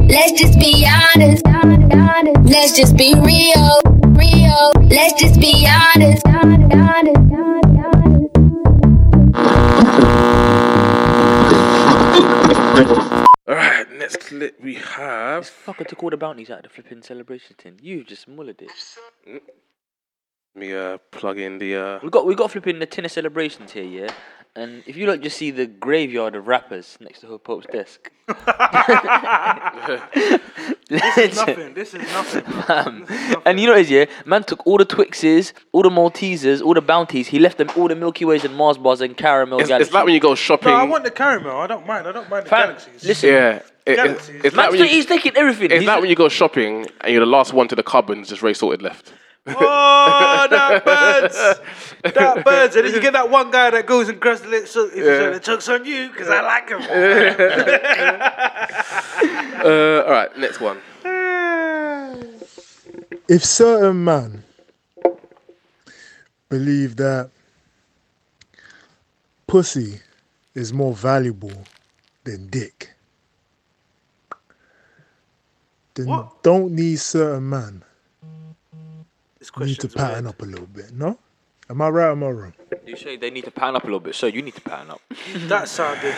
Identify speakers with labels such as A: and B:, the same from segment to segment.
A: Let's just be honest. Let's just be real. Real. Let's just be honest.
B: All right, next clip we have.
C: This fucker took all the bounties out of the flipping celebration tin. You just mullered it.
B: Let me uh, plug in the. Uh,
C: We got we got flipping the tin of celebrations here, yeah. And if you don't just see the graveyard of rappers next to her Pope's desk. this
D: nothing. This is nothing. bro.
C: Um, and you notice, yeah, man took all the Twixes, all the Maltesers, all the bounties. He left them all the Milky Ways and Mars bars and caramel
B: it's,
C: galaxies.
B: it's like when you go shopping.
D: No, I want the caramel. I don't mind. I don't mind the
C: Fam,
D: galaxies.
C: Listen,
B: yeah. It, it's
D: Galaxies.
B: it's
C: man,
B: like when you,
C: he's taking everything.
B: it's
C: He's-
B: like when you go shopping and you're the last one to the cupboard and just Ray Sorted left.
D: Oh, that birds. That birds. And then you get that one guy that goes and grabs the lips. So, yeah. the chunks on you because I like him.
B: Uh, all right, next one.
E: if certain man believe that pussy is more valuable than dick, then
D: What?
E: don't these certain man
D: This
E: need to
D: question's
E: pattern
D: weird.
E: up a little bit, no? Am I right or am I wrong?
C: You say they need to pan up a little bit, so you need to pan up.
D: That sounded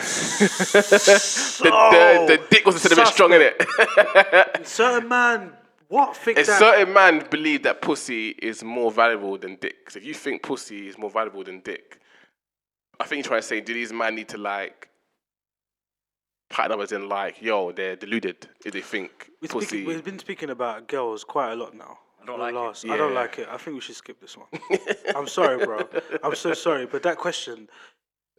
D: so
B: The, the, the dick was a bit strong in it.
D: Certain man, what think
B: A
D: that?
B: certain man believed that pussy is more valuable than dick. So if you think pussy is more valuable than dick, I think you're trying to say, do these men need to like pattern up as in like, yo, they're deluded if they think
D: we
B: pussy.
D: have been speaking about girls quite a lot now. I don't like it. I don't
B: Yeah.
D: like it. I think we should skip this one. I'm sorry, bro. I'm so sorry, but that question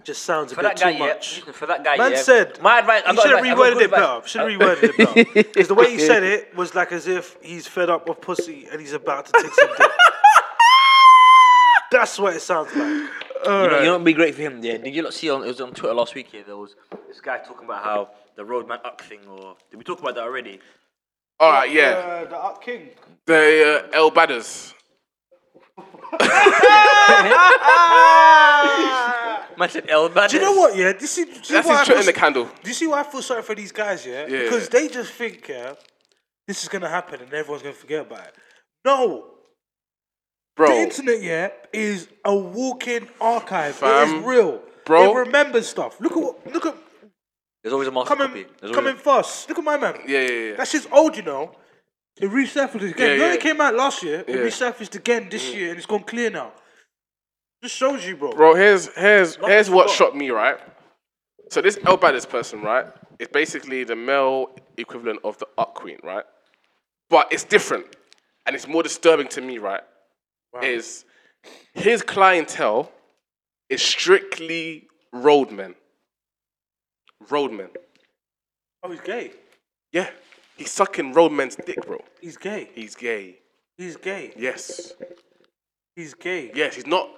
D: just sounds a
F: For
D: bit
F: that guy,
D: too
F: yeah.
D: much.
F: Listen, for that guy,
D: Man
F: yeah.
D: said,
F: my advice. I've
D: You
F: got
D: should have
F: advice- I've got
D: reworded
F: good
D: it better.
F: advice.
D: Should have reworded it better. Because the way you said it was like as if he's fed up with pussy and he's about to take some dick. That's what it sounds like.
F: You know, you know what'd be great for him, yeah? Did you not see on it was on Twitter last week here there was this guy talking about how the roadman up thing or did we talk about that already?
B: All right, yeah.
D: Uh, the up king.
B: The uh, El Badders.
F: Man said El Badis.
D: Do you know what? Yeah, this is. Do you
B: That's
D: know what
B: his
D: I
B: foot in
D: feel-
B: the candle.
D: Do you see why I feel sorry for these guys? Yeah,
B: Yeah.
D: because they just think yeah, this is gonna happen and everyone's gonna forget about it. No, the
B: Bro,
D: internet yeah is a walking archive. it
B: Fam,
D: is real,
B: bro.
D: It remembers stuff. Look at what, look at
F: There's always a master copy.
D: coming
F: There's
D: coming
F: always
D: fast. Look at my man.
B: Yeah, yeah, yeah.
D: That shit's old, you know. It resurfaced again.
B: Yeah,
D: you know
B: yeah.
D: it came out last year. It
B: Yeah. Mm.
D: resurfaced again this year, and it's gone clear now. Just shows you, bro.
B: bro, here's here's here's what
D: forgot.
B: shocked me, right? So this El Badders person, right, is basically the male equivalent of the Up Queen, right? But it's different, and it's more disturbing to me, right? Is his clientele is strictly roadmen, roadmen.
D: Oh, he's gay.
B: Yeah, he's sucking roadmen's dick, bro.
D: He's gay.
B: He's gay.
D: He's gay.
B: Yes,
D: He's gay.
B: yes, he's not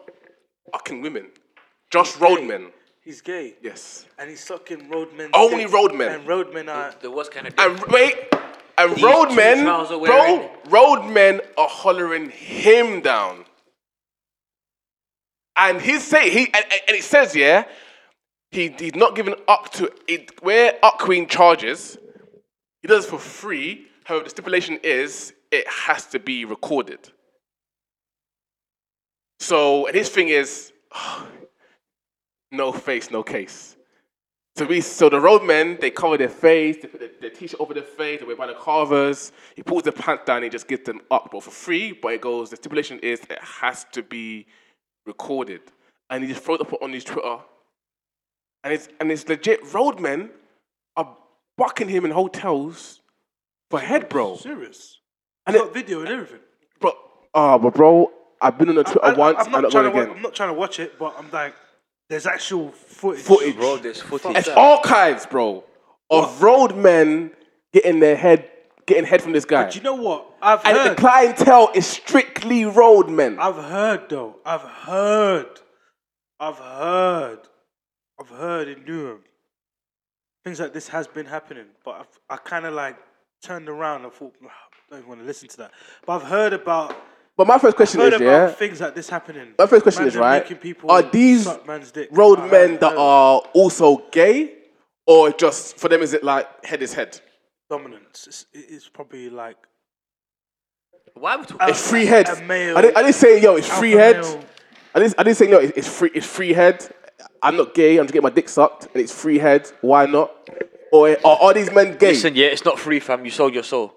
B: fucking women, just roadmen.
D: He's gay.
B: Yes.
D: And he's sucking roadmen.
B: Only roadmen.
D: And roadmen are.
F: there was kind of
B: And wait, and
F: These
B: roadmen,
F: two trousers are
B: bro,
F: wearing-
B: roadmen are hollering him down. And he say he and, and- and it says yeah, he he's not giving up to it where up queen charges. He does it for free. However, the stipulation is it has to be recorded. So and his thing is oh, no face, no case. So we, so the roadmen, they cover their face, they put their, their t-shirt over their face, they wear by the carvers. He pulls the pants down, he just gives them up, but for free. But it goes. The stipulation is it has to be recorded, and he just throws it up on his Twitter, and it's and it's legit. Roadmen are bucking him in hotels for head, bro.
D: Serious.
B: And
D: Got
B: it,
D: video and everything.
B: bro, ah, but bro, I've been on the Twitter
D: I- I-
B: uh, once,
D: I'm
B: and
D: not,
B: not
D: trying
B: going
D: to wa-
B: again.
D: I'm not trying to watch it, but I'm like, there's actual footage.
B: Footage.
F: bro, there's footage.
B: It's archives, bro, of roadmen getting their head getting head from this guy.
D: Do you know what? I've
B: and
D: heard.
B: the clientele is strictly roadmen.
D: I've heard though. I've heard. I've heard. I've heard in Newham. Things like this has been happening, but I've, I kind of like turned around and thought, "Nah, I don't want to listen to that. But I've heard about
B: but my first question
D: heard
B: is,
D: about
B: yeah,
D: things like this happening.
B: my first question
D: Man
B: is,
D: them
B: right,
D: making people
B: are these
D: suck man's dick. I
B: roadmen
D: heard-
B: that are also gay, or just for them is it like head is head?
D: dominance. It's, it's probably like
F: Why are we talking?
B: It's free head.
D: A male-
B: I, didn't, I didn't say yo, it's
D: alpha
B: free head.
D: male.
B: I didn't, I didn't say no, it's, it's free. It's free head. I'm not gay. I'm just getting my dick sucked, and it's free head. Why not? Or are all these men gay?
F: Listen, yeah, it's not free, fam. You sold your soul.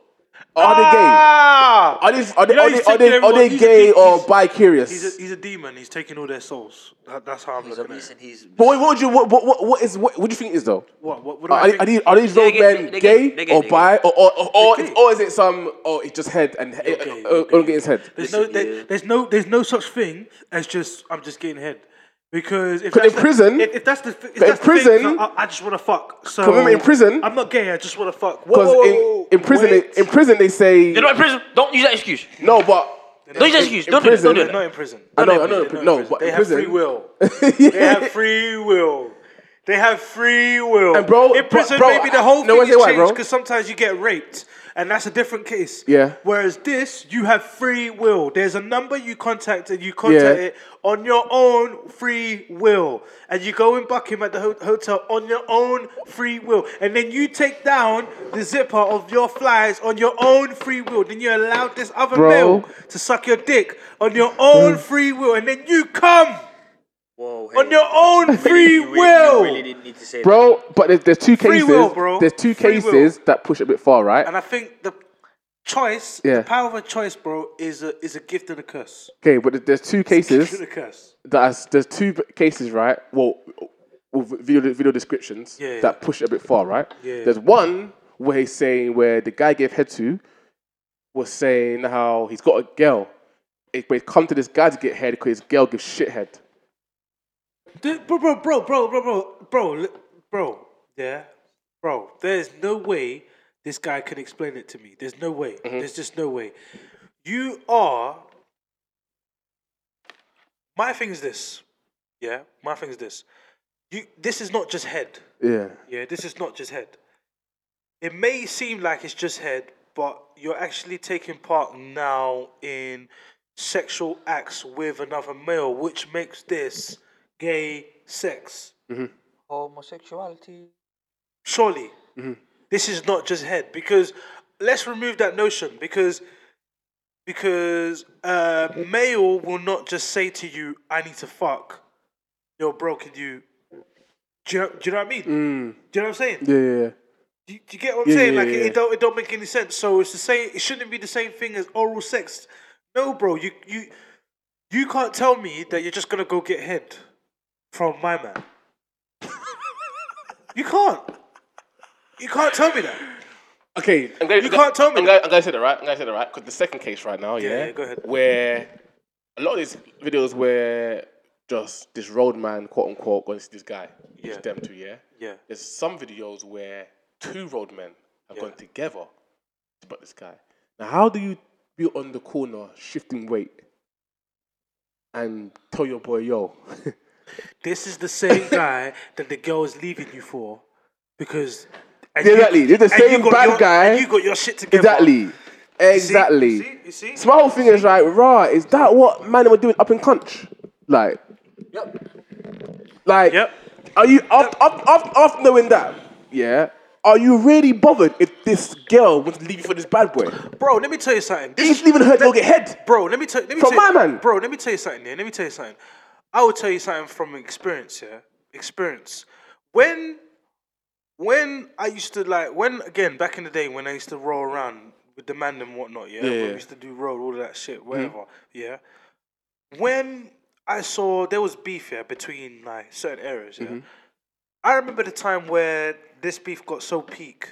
B: are they gay?
D: ah,
B: Are these are they,
D: You know
B: are they, are
D: he's taking
B: they, are
D: everyone-
B: they
D: he's a
B: gay
D: dick-
B: or
D: he's-
B: bi curious?
D: he's a, he's a demon. He's taking all their souls. That, that's how I'm
F: He's a
D: looking at
F: reason
D: it.
F: he's.
B: But wait, what would you what what what, what is what, what do you think it is though?
D: What? What? what do I
B: Are,
D: think?
B: are these are these
F: They're
B: road
F: gay,
B: men gay
F: they're gay, they're gay,
B: or
F: they're
B: bi or or or, or,
D: They're gay.
B: or is it some oh it's just head and head,
D: gay,
B: uh, uh,
D: they're
B: only his head?
D: There's no,
F: Listen,
D: there,
F: yeah.
D: there's no, there's no such thing as just I'm just getting head because if
B: 'Cause in
D: that's the-
B: prison-
D: if, if that's the, if
B: in
D: that's the thing,
B: prison-
D: I, I just want to fuck. So
B: remember in prison-
D: I'm not gay. I just want to fuck. Whoa, whoa,
B: Because
D: whoa,
B: in, in prison they,
D: wait.
B: in prison they say
F: You're not in prison. Don't use that excuse.
B: no, but
F: Don't use that excuse. Don't do that. Don't
B: prison-
F: do
D: they're not
F: that.
D: in prison.
B: I know,
D: They're
B: I know,
D: not in
B: but
D: prison.
B: no,
D: They're not in
B: but
D: prison. they
B: in
D: have
B: prison-
D: free will. They have free will. They have free will.
B: And bro-
D: in
B: bro-
D: prison,
B: bro,
D: maybe the whole
B: no
D: thing
B: one's
D: is
B: white, bro.
D: changed because sometimes you get raped, and that's a different case.
B: Yeah.
D: Whereas this, you have free will. There's a number you contact, and you contact
B: Yeah.
D: it on your own free will, and you go and buck him at the ho- hotel on your own free will, and then you take down the zipper of your flies on your own free will. Then you allow this other
B: Bro.
D: male to suck your dick on your own free will, and then you come
F: Whoa,
D: on your own free
F: You re-
D: will.
F: You really didn't need to say that.
B: Bro, but there's, there's two
D: Free
B: cases.
D: will, bro.
B: There's two
D: Free will.
B: cases that push a bit far, right?
D: And I think the choice,
B: Yeah.
D: the power of a choice, bro, is a is a gift and a curse.
B: okay, but there- there's two
D: Gift
B: cases
D: and a curse.
B: that has, there's two b- cases, right? Well, with video, video descriptions
D: Yeah, yeah.
B: that push it a bit far, right?
D: Yeah.
B: There's one where he's saying where the guy gave head to was saying how he's got a girl, it, but he's come to this guy to get head because his girl gives shit head.
D: Dude, bro, bro, bro, bro, bro, bro, bro, li- bro. Yeah, bro. There's no way this guy can explain it to me. There's no way. There's just no way. You are. My thing is this. Yeah, my thing is this. You. This is not just head.
B: Yeah.
D: Yeah, this is not just head. It may seem like it's just head, but you're actually taking part now in sexual acts with another male, which makes this gay sex.
F: Homosexuality.
D: Surely, this is not just head because let's remove that notion because because uh, male will not just say to you, "I need to fuck." Yo, bro, can you? Do you know, do you know what I mean? Do you know what I'm saying?
B: Yeah, yeah, yeah.
D: Do you, do you get what I'm
B: Yeah,
D: saying?
B: yeah,
D: like
B: yeah.
D: it don't it don't make any sense. So it's the same. It shouldn't be the same thing as oral sex. No, bro, you you you can't tell me that you're just gonna go get head from my man. you can't. You can't tell me that.
B: Okay, I'm glad,
D: You can't tell me
B: I'm glad, I'm glad you said that, right? I'm glad you said that, right? Because the second case right now, yeah,
D: yeah, go ahead.
B: Where a lot of these videos where just this road man, quote unquote, goes to this guy, yeah.
D: Yeah.
B: them two, yeah.
D: Yeah.
B: There's some videos where two road men have gone together to butt this guy. Now, how do you be on the corner shifting weight and tell your boy, yo,
D: This is the same guy that the girl is leaving you for because and
B: Exactly, this is the
D: and you
B: same
D: got
B: bad
D: your-
B: guy.
D: and You got your shit together.
B: exactly,
D: See?
B: exactly?
D: You see? You see?
B: So my whole thing is like, rah, is that what man were doing up in Conch? Like, like,
D: Yep.
B: are you after, after, after, after knowing that? Yeah. Are you really bothered if this girl wants to leave you for this bad boy?
D: Bro, let me tell you something. This
B: He's leaving her to go get head.
D: Bro, let me tell. Let me
B: From
D: tell you,
B: my man.
D: Bro, let me tell you something. Here, let me tell you something. I will tell you something from experience. Yeah, experience. When, when I used to like when again back in the day when I used to roll around with the man and whatnot. Yeah, when
B: yeah. Mm-hmm.
D: we used to do roll all of that shit, whatever. Yeah. When I saw there was beef yeah between like certain areas.
B: Mm-hmm.
D: Yeah. I remember the time where this beef got so peak,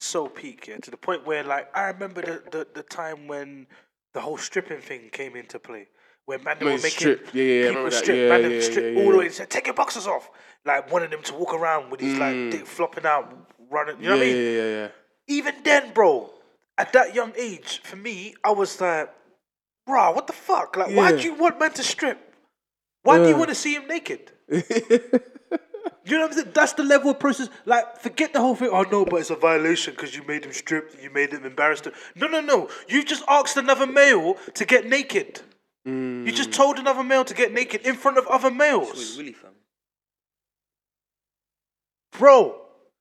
D: so peak, yeah, to the point where like I remember the, the, the time when the whole stripping thing came into play. Where man they were
B: Man,
D: making
B: strip. Yeah, yeah, yeah, I
D: people
B: remember that.
D: strip,
B: Yeah,
D: man them
B: yeah,
D: strip
B: yeah,
D: all
B: yeah.
D: the way. They said, Take your boxers off. Like wanted them to walk around with his like dick flopping out, running you know what I mean?
B: Hmm. yeah, yeah.
D: even then, bro, at that young age, for me, I was like, bruh, what the fuck? Like, why
B: Yeah.
D: do you want men to strip? Why do you
B: Yeah.
D: want to see him naked? you know what I'm saying? That's the level of process. Like, forget the whole thing. Oh no, but it's a violation because you made him strip. You made him embarrassed. him." No, no, no. You just asked another male to get naked. You just
B: Mm.
D: told another male to get naked in front of other males,
F: Really, fam.
D: bro.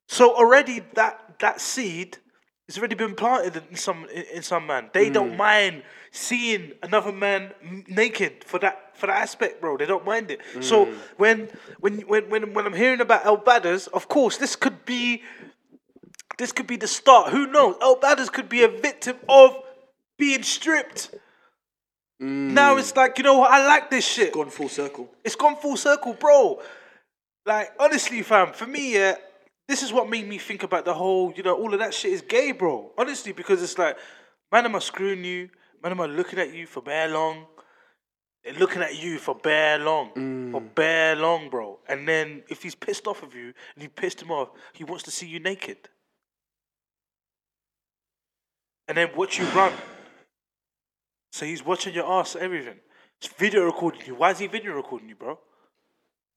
D: So already that that seed has already been planted in some in, in some man. They
F: Mm.
D: don't mind seeing another man m- naked for that for that aspect, bro. They don't mind it. So
F: Mm.
D: when when when when when I'm hearing about El Badders, of course this could be this could be the start. Who knows? El Badders could be a victim of being stripped. Now it's like you know what? I like this shit.
F: Mm. Gone full circle.
D: It's gone full circle, bro. Like, honestly, fam, for me, yeah, this is what made me think about the whole, you know, all of that shit is gay, bro. Honestly, because it's like, man, am I screwing you? Man, am I looking at you for bare long? They're looking at you for bare long, for bare long, bro. And then if he's pissed off of you and you pissed him off, he wants to see you naked. And then what you run. So he's watching your ass, everything. He's video recording you. Why is he video recording you, bro?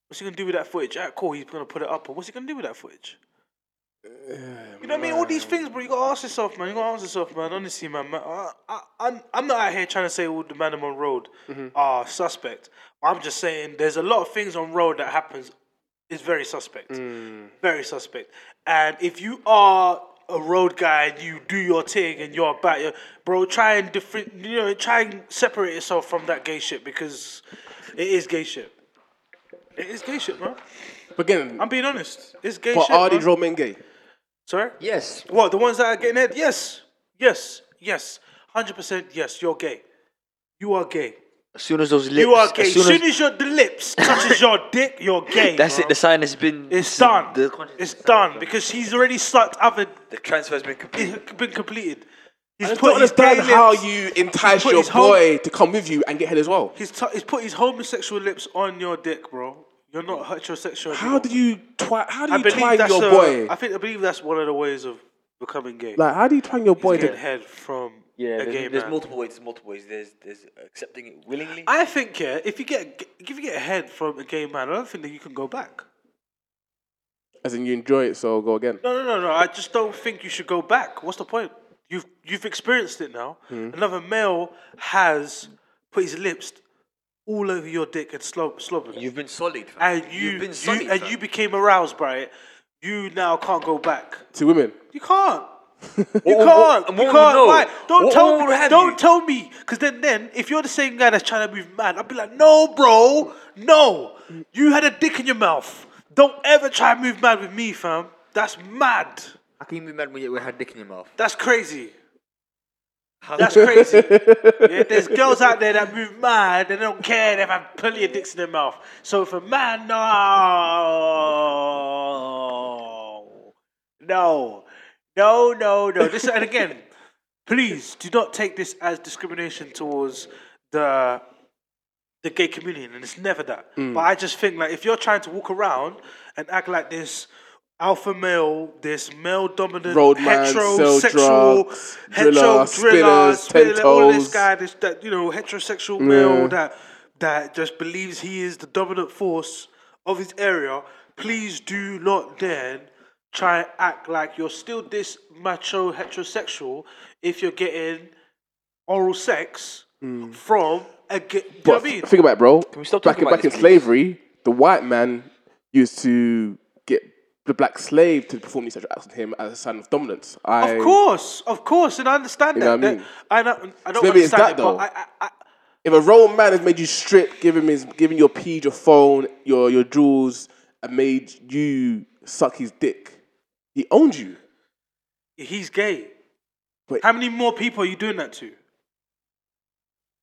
D: What's he gonna do with that footage? At call, he's gonna put it up. But what's he gonna do with that footage? You know what I mean? All these things, bro. You gotta ask yourself, man. You gotta ask yourself, man. Honestly, man. man I, I, I'm, I'm not out here trying to say all the man I'm on road are suspect. I'm just saying there's a lot of things on road that happens is very suspect. Very suspect. And if you are a road guy and you do your thing and you're about your bro, try and different. You know, try and separate yourself from that gay shit because it is gay shit. It is gay shit, bro.
B: But again,
D: I'm being honest. It's gay
B: but
D: shit.
B: are
D: bro.
B: these Roman gay?
D: Sorry?
F: Yes.
D: What, the ones that are getting head? Yes. Yes. Yes. 100% yes, you're gay. You are gay.
C: As soon as those lips,
D: You are gay.
C: as
D: As
C: soon as,
D: your the lips touches your dick, you're gay.
C: that's
D: bro.
C: it, the sign has been.
D: It's done.
C: The contract
D: It's
C: is
D: done because he's already sucked other.
F: The transfer's been completed.
D: It's been completed. He's
B: I don't
D: his
B: understand
D: gay
B: how
D: lips-
B: you entice
D: put
B: your
D: his whole-
B: boy to come with you and get head as well.
D: He's, t- he's put his homosexual lips on your dick, bro. You're not heterosexual.
B: How
D: anymore.
B: do you twi- How do
D: I
B: you
D: believe
B: twang
D: that's
B: your
D: a-
B: boy?
D: I think I believe that's one of the ways of becoming gay.
B: Like, how do you twang your boy
D: He's getting
B: to?
D: head from
C: Yeah,
D: a
C: there's-
D: gay
F: There's
D: man.
F: multiple ways. There's multiple ways. There's there's accepting it willingly.
D: I think yeah, if you get if you get a head from a gay man, I don't think that you can go back.
B: As in, you enjoy it, so go again.
D: No, no, no, no. I just don't think you should go back. What's the point? You've you've experienced it now. Another male has put his lips all over your dick and slob slobbing.
F: You've been solid. fam.
D: and you,
F: You've
D: you-
F: been solid.
D: and
F: fam.
D: you became aroused by it. You now can't go back.
B: To women,
D: You can't. You
F: what-
D: can't.
F: what
D: you
F: would
D: can't.
F: know?
D: Why? Don't
F: What-
D: tell
F: what would
D: me.
F: have
D: Don't
F: you?
D: tell me. Because then, then, if you're the same guy that's trying to move mad, I'd be like, no, bro, no. You had a dick in your mouth. Don't ever try and move mad with me, fam. That's mad.
F: How can you be mad when you when you had dick in your mouth?
D: That's crazy. That's crazy. yeah, there's girls out there that move mad. They don't care. They've had plenty of dicks in their mouth. So if a man, no, no, no, no, no. This and again, please do not take this as discrimination towards the the gay community, and it's never that.
B: Mm.
D: But I just think like if you're trying to walk around and act like this alpha male, this male dominant
B: Roadman, sell
D: heterosexual,
B: drugs,
D: hetero
B: driller, spinners,
D: spinner, all this
B: tentos.
D: guy, this that you know heterosexual male
B: Yeah.
D: that that just believes he is the dominant force of his area. Please do not then try and act like you're still this macho heterosexual if you're getting oral sex from a gay. You
B: Mm.
D: know
B: but
D: what I mean?
B: think about it, bro.
C: we stop
B: back
C: talking
B: in,
C: about
B: back in
C: this, please?
B: slavery, the white man used to get the black slave to perform these sexual acts on him as a sign of dominance. I,
D: Of course, of course, and I understand
B: know
D: that.
B: what I mean?
D: that- I don't, I don't
B: maybe it's
D: understand
B: that
D: it, but
B: though.
D: I, I, I,
B: If a role man has made you strip, giving his, giving your pee, your phone, your your jewels, and made you suck his dick, he owned you.
D: he's gay.
B: But-
D: How many more people are you doing that to?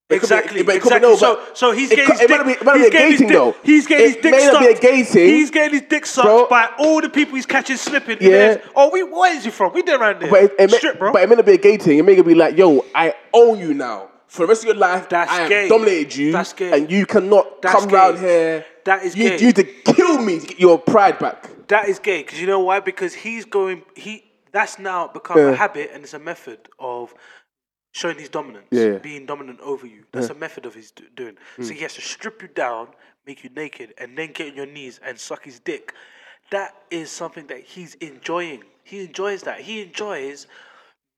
B: But it could be-
D: Exactly.
B: but it could be-
D: exactly.
B: no,
D: so,
B: but
D: so he's
B: it
D: getting
B: could-
D: his
B: it
D: dick.
B: might be- it might be
D: he's
B: a
D: getting his
B: gating,
D: dick-
B: though.
D: He's getting his
B: It
D: dick
B: may not
D: sucked.
B: be a gating.
D: He's getting his dick sucked
B: Bro.
D: by all the people he's catching slipping.
B: Yeah.
D: Yeah. Oh, we, where is he from? We did around there.
B: But it, it may,
D: Strip, bro.
B: But it may not be a gay thing. It may be like, yo, I own you now. For the rest of your life,
D: That's
B: I have
D: gay.
B: dominated you.
D: That's gay.
B: And you cannot
D: That's
B: come round
D: gay.
B: here.
D: That is
B: you,
D: gay.
B: You need to kill me to get your pride back.
D: That is gay because you know why? Because he's going. He that's now become
B: Yeah.
D: a habit and it's a method of showing his dominance,
B: Yeah. Hmm.
D: being dominant over you. That's a method of his do- doing. So he has to strip you down, make you naked, and then get on your knees and suck his dick. That is something that he's enjoying. He enjoys that. He enjoys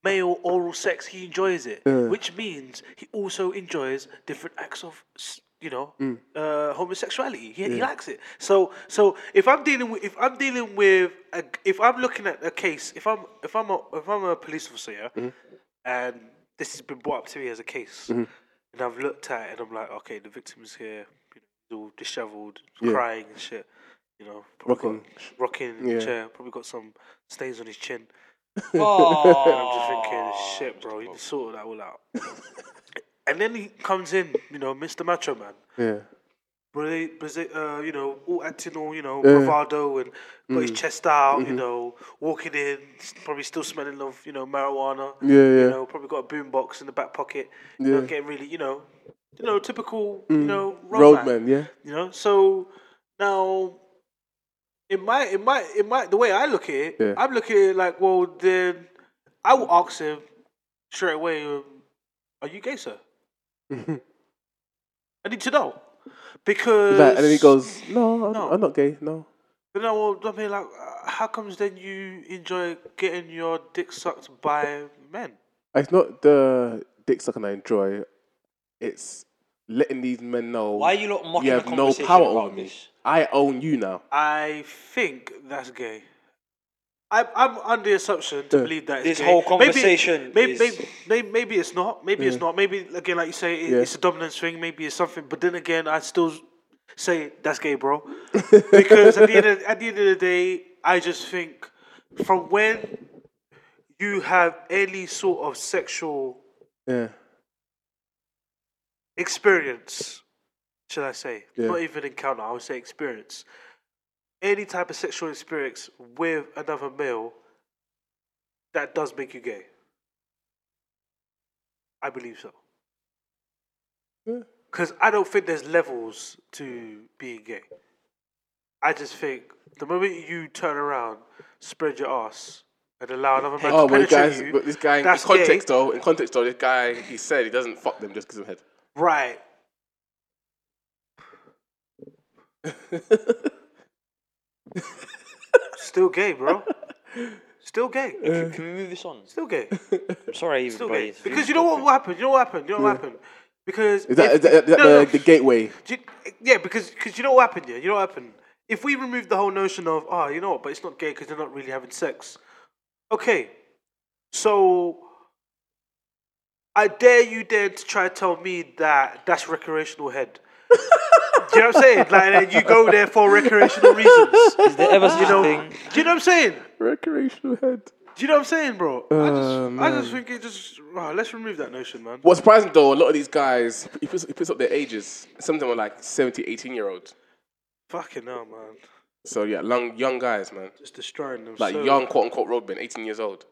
D: male oral sex. He enjoys it, which means he also enjoys different acts of s- you know,
B: Hmm.
D: uh, homosexuality. He, he likes it. So so if I'm dealing with if I'm dealing with a, if I'm looking at a case, if I'm if I'm a, if I'm a police officer, yeah,
B: Hmm.
D: and this has been brought up to me as a case,
B: Mm-hmm.
D: and I've looked at it and I'm like, okay, the victim's here, you know, all dishevelled, crying and shit. You know, probably
B: Rocking.
D: got, rocking
B: Yeah.
D: the chair, probably got some stains on his chin. And I'm just thinking, shit, bro, you need to sort that all out. and then he comes in, you know, Mr. Macho Man.
B: Yeah.
D: Bra- Brazi- uh, you know, all acting all, you know, bravado and got
B: Mm.
D: his chest out,
B: Mm-hmm.
D: you know, walking in, s- probably still smelling of, you know, marijuana.
B: Yeah, yeah.
D: You know, probably got a boombox in the back pocket. You know,
B: Yeah. Mm.
D: getting really, you know, you know, typical, you know, roadman.
B: Roadman, yeah.
D: You know, so now it might, it might, it might. The way I look at it,
B: Yeah.
D: I'm looking at it like, well, then I will ask him straight away, um, "Are you gay, sir?" I need to know because.
B: Like, and then he goes, no, I'm-
D: No.
B: I'm not gay. No.
D: But no, well, I mean, like, uh, how comes then you enjoy getting your dick sucked by men?
B: It's not the dick sucking I enjoy. It's letting these men know
F: Why are you lot mocking
B: you
F: the
B: have no
F: conversation
B: power
F: about
B: over me.
F: this?
B: I own you now.
D: I think that's gay. I, I'm under the assumption to
B: Yeah.
D: believe that it's
F: Uh, This
D: gay.
F: whole conversation
D: Maybe,
F: is- Mm.
D: maybe, maybe, maybe, it's not. Maybe it's not. Maybe again, like you say, it,
B: Yeah.
D: it's a dominance thing. Maybe it's something. But then again, I still say that's gay, bro. because at the end, of, at the end of the day, I just think from when you have any sort of sexual
B: Yeah.
D: experience, should I say?
B: Yeah.
D: Not even encounter, I would say experience. Any type of sexual experience with another male, that does make you gay. I believe so. Because I don't think there's levels to being gay. I just think the moment you turn around, spread your ass, and allow another man
B: Oh,
D: to
B: but you
D: penetrate
B: guys,
D: you,
B: but this guy, in
D: that's gay.
B: context though, in context though, this guy, he said he doesn't fuck them just because of head.
D: Right. Still gay, bro. Still gay.
F: Can we move this on?
D: Still gay.
F: I'm sorry, I even
D: Still
F: brought
D: gay.
F: it to
D: Because you know what will happen? You know what happened? You know what happened? Because
B: Is that,
D: if-
B: is that, is that
D: no, no,
B: the, the gateway?
D: do you- yeah, because cause you know what happened, yeah? You know what happened? If we remove the whole notion of, oh, you know what, but it's not gay because they're not really having sex. Okay, so I dare you then to try to tell me that that's recreational head. do you know what I'm saying? Like, you go there for recreational reasons.
F: Is there ever such
D: You know,
F: a
D: do
F: thing?
D: you know what I'm saying?
B: Recreational head.
D: Do you know what I'm saying, bro? I,
B: Oh,
D: just, I
B: man.
F: Um,
D: just think it just, oh, let's remove that notion, man.
B: What's surprising though, a lot of these guys, he puts, he puts up their ages. Some of them are like 70, 18 year olds.
D: Fucking hell, man.
B: So yeah, long, young guys, man.
D: Just destroying them.
B: Like
D: so-
B: young, quote unquote, roadmen, 18 years old.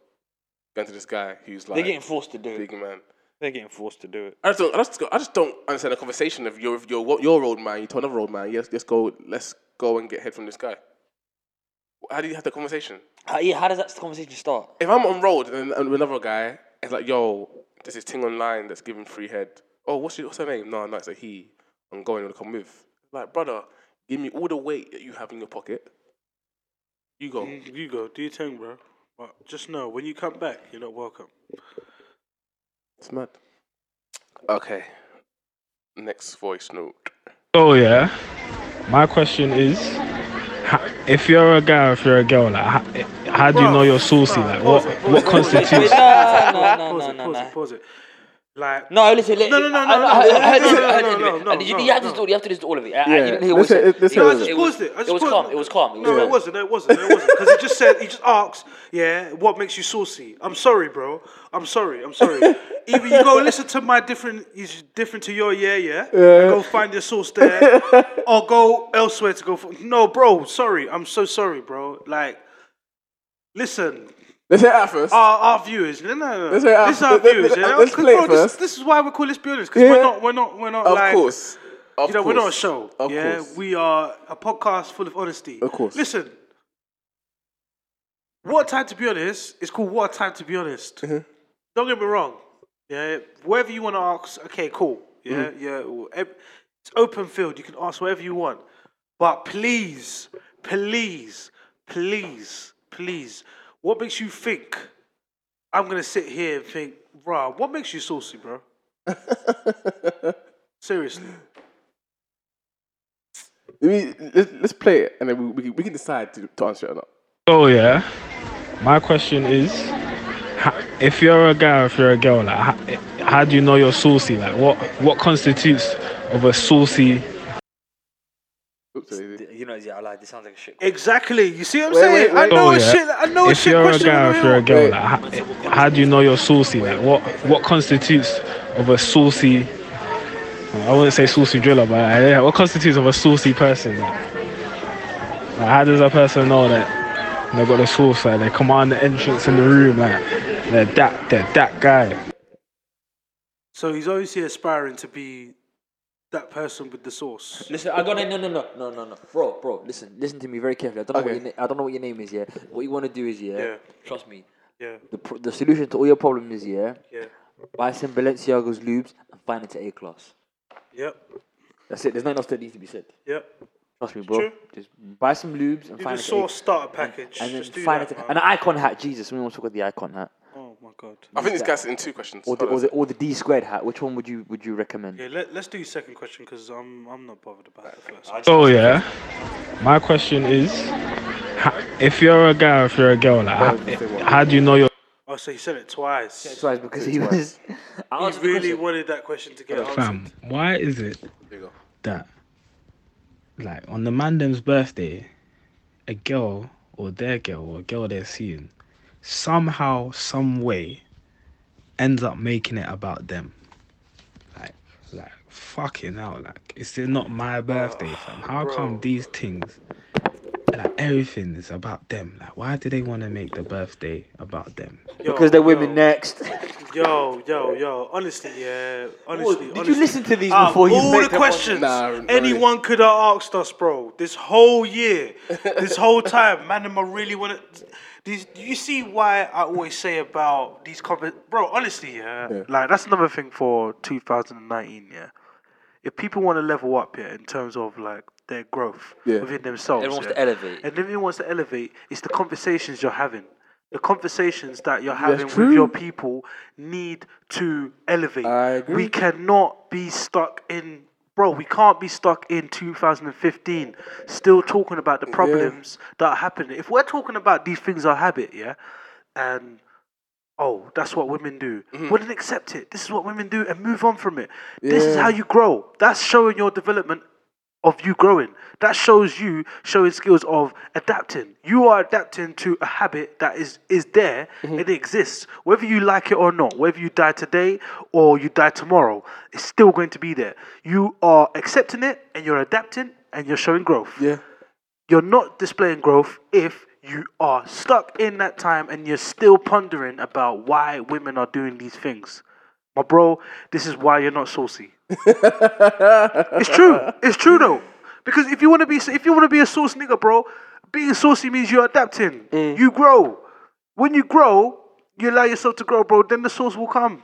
B: Going to this guy who's like
F: They're getting forced to do it.
B: big man.
F: They're getting forced to do it.
B: I just don't. I just, I just don't understand the conversation of your your your road man. You told another road man, yes, let's go, let's go and get head from this guy. How do you have the conversation?
F: How, yeah, how does that conversation start?
B: If I'm on road and, and with another guy, it's like, yo, there's this thing online that's giving free head. Oh, what's your, what's her name? No, no, it's a he. I'm going to come with. Like, brother, give me all the weight that you have in your pocket. You go.
F: Mm.
D: You you go, do your thing, bro. But just know, when you come back, you're not welcome.
B: It's mad. Okay. Next voice note.
G: So yeah, my question is, ha- if you're a guy or if you're a girl, like, how, how do you know you're saucy? Like, what what
F: Wait,
G: constitutes?
F: no, no, no,
D: Pause
F: no,
D: it,
F: no,
D: pause it,
F: no.
D: pause it. Like,
F: No, listen, let-
D: No, no, no,
F: I-
D: no,
F: I-
D: no,
F: I- I- I-
D: no,
F: I-
D: no, no,
F: I- I-
D: no, no,
F: I- You
D: no,
F: you have to do.
D: no.
F: You have to do all of it. I- I- you didn't hear
B: let's
F: what
B: hear-
F: he said.
B: let's
F: It
B: hear
D: no, I
B: it.
F: was-
D: just
F: it was-
D: paused it. I just
F: It was
D: paused
F: calm. It was calm. It
D: No, it
F: was
D: wasn't. It wasn't. It wasn't. Because it just said, he just asked, yeah, what makes you saucy? I'm sorry, bro. I'm sorry. I'm sorry. Either you go listen to my different, is different to your yeah, yeah. and Go find your sauce there, or go elsewhere to go. For, no, bro. Sorry. I'm so sorry, bro. Like, listen.
B: Let's hear it out
F: Oh,
B: first.
D: our, our viewers. No, no, no.
B: Let's hear it
D: this is
B: out.
D: our
B: Let- let-
D: viewers.
B: let-
D: you know?
B: let's
D: 'Cause,
B: play it
D: bro, this,
B: first.
D: this is why we call this Builders because
B: Yeah.
D: we're not, we're not, we're not.
B: of
D: like,
B: course. Of
D: you know,
B: course.
D: we're not a show.
B: Of
D: yeah,
B: course.
D: we are a podcast full of honesty.
B: Of course.
D: Listen, what time to be honest is called what time to be honest.
B: Mm-hmm.
D: Don't get me wrong. Yeah, wherever you want to ask, okay, cool. Yeah,
B: Mm-hmm.
D: yeah, w- ev- it's open field. You can ask whatever you want, but please, please, please, please, what makes you think I'm gonna sit here and think, bruh, what makes you saucy, bro? Seriously.
B: Let me, let's, let's play it and then we, we, can- we can decide to, to answer it or not.
G: So yeah, my question is, ha- if you're a guy, or if you're a girl, like, how, how do you know you're saucy? Like, what what constitutes of a saucy?
B: Oops, wait,
F: You know, yeah, I like this sounds like a shit.
D: Exactly. You see what I'm
B: Wait,
D: saying?
B: wait,
D: I
B: wait.
D: know
G: Oh,
D: a
G: yeah.
D: shit. I know a
G: If
D: shit
G: you're a
D: question.
G: guy, or
D: when
G: if
D: I
G: you're a
D: hear
G: girl, like, how, how do you know you're saucy? Like, what what constitutes of a saucy? I wouldn't say saucy driller, but uh, yeah, what constitutes of a saucy person? Like, Like, how does a person know that they got the sauce? Like, they command the entrance in the room. Like, they're that they're that guy.
D: So he's obviously aspiring to be that person with the sauce.
F: Listen, I got it. No, no, no, no, no, no, bro, bro. Listen, listen to me very carefully. I don't know
B: Okay.
F: what your na- I don't know what your name is. Yeah, what you want to do is yeah.
D: Yeah.
F: Trust me.
D: Yeah.
F: The pr- the solution to all your problem is yeah.
D: Yeah.
F: Buy some Balenciaga's lubes and find it to A class.
D: Yep.
F: That's it. There's nothing else that needs to be said.
D: Yep.
F: Trust me, bro.
D: True.
F: Just buy some lubes and
D: Do
F: find
D: the
F: it. to
D: sauce starter package.
F: A- and then
D: Just do
F: find
D: that,
F: it. to-
D: man.
F: An icon hat. Jesus, we want to talk about the icon hat
D: Oh my god.
B: I think this guy's in two questions.
F: or the or the, or the D squared hat. Which one would you would you recommend?
D: Yeah, let, let's do your second question because I'm I'm not bothered about the first. One.
G: So yeah, my question is, ha- if you're a guy, or if you're a girl, like, how, how do you know you're
D: Oh, so he said it twice.
F: Twice because he was. I
D: He
F: answered the
D: really
F: question.
D: wanted that question to get answered.
G: fam? Why is it
B: There you go.
G: that, like, on the mandem's birthday, a girl or their girl or a girl they're seeing, somehow, some way, ends up making it about them? Like, like fucking hell, like, it's still not my birthday,
B: Ah,
G: fam. How come these things? Like everything is about them. Like, why do they want to make the birthday about them?
D: Yo,
F: Because they're women
D: yo,
F: next.
D: Yo, yo, yo. Honestly, yeah. Honestly,
F: Did
D: honestly.
F: you listen to these
D: Out of
F: before you
D: all
F: made
D: the
F: them?
D: questions
B: Nah, not
D: anyone could have asked us, bro. This whole year, this whole time, man, am I really want to? These, do you see why I always say about these comments, bro? Honestly, yeah, like that's another thing for 2019. Yeah, if people want to level up, yeah, in terms of like their growth
B: Yeah.
D: within themselves,
F: Everyone wants
D: yeah,
F: to elevate.
D: and everyone wants to elevate. It's the conversations you're having. The conversations that you're having with
B: true.
D: your people need to elevate.
B: I agree.
D: We cannot be stuck in, bro. We can't be stuck in 2015, still talking about the problems that are happening. If we're talking about these things are habit, yeah, and oh, that's what women do. Wouldn't accept it. This is what women do, and move on from it. This is
B: Yeah.
D: how you grow. That's showing your development of you growing. That shows you showing skills of adapting. You are adapting to a habit that is is there. It exists, whether you like it or not. Whether you die today or you die tomorrow, it's still going to be there. You are accepting it, and you're adapting, and you're showing growth.
B: Yeah.
D: You're not displaying growth if you are stuck in that time and you're still pondering about why women are doing these things. My bro, this is why you're not saucy. It's true. It's true though. Because if you want to be if you want to be a sauce nigga, bro, being saucy means you're adapting. You grow. When you grow, you allow yourself to grow, bro. Then the sauce will come.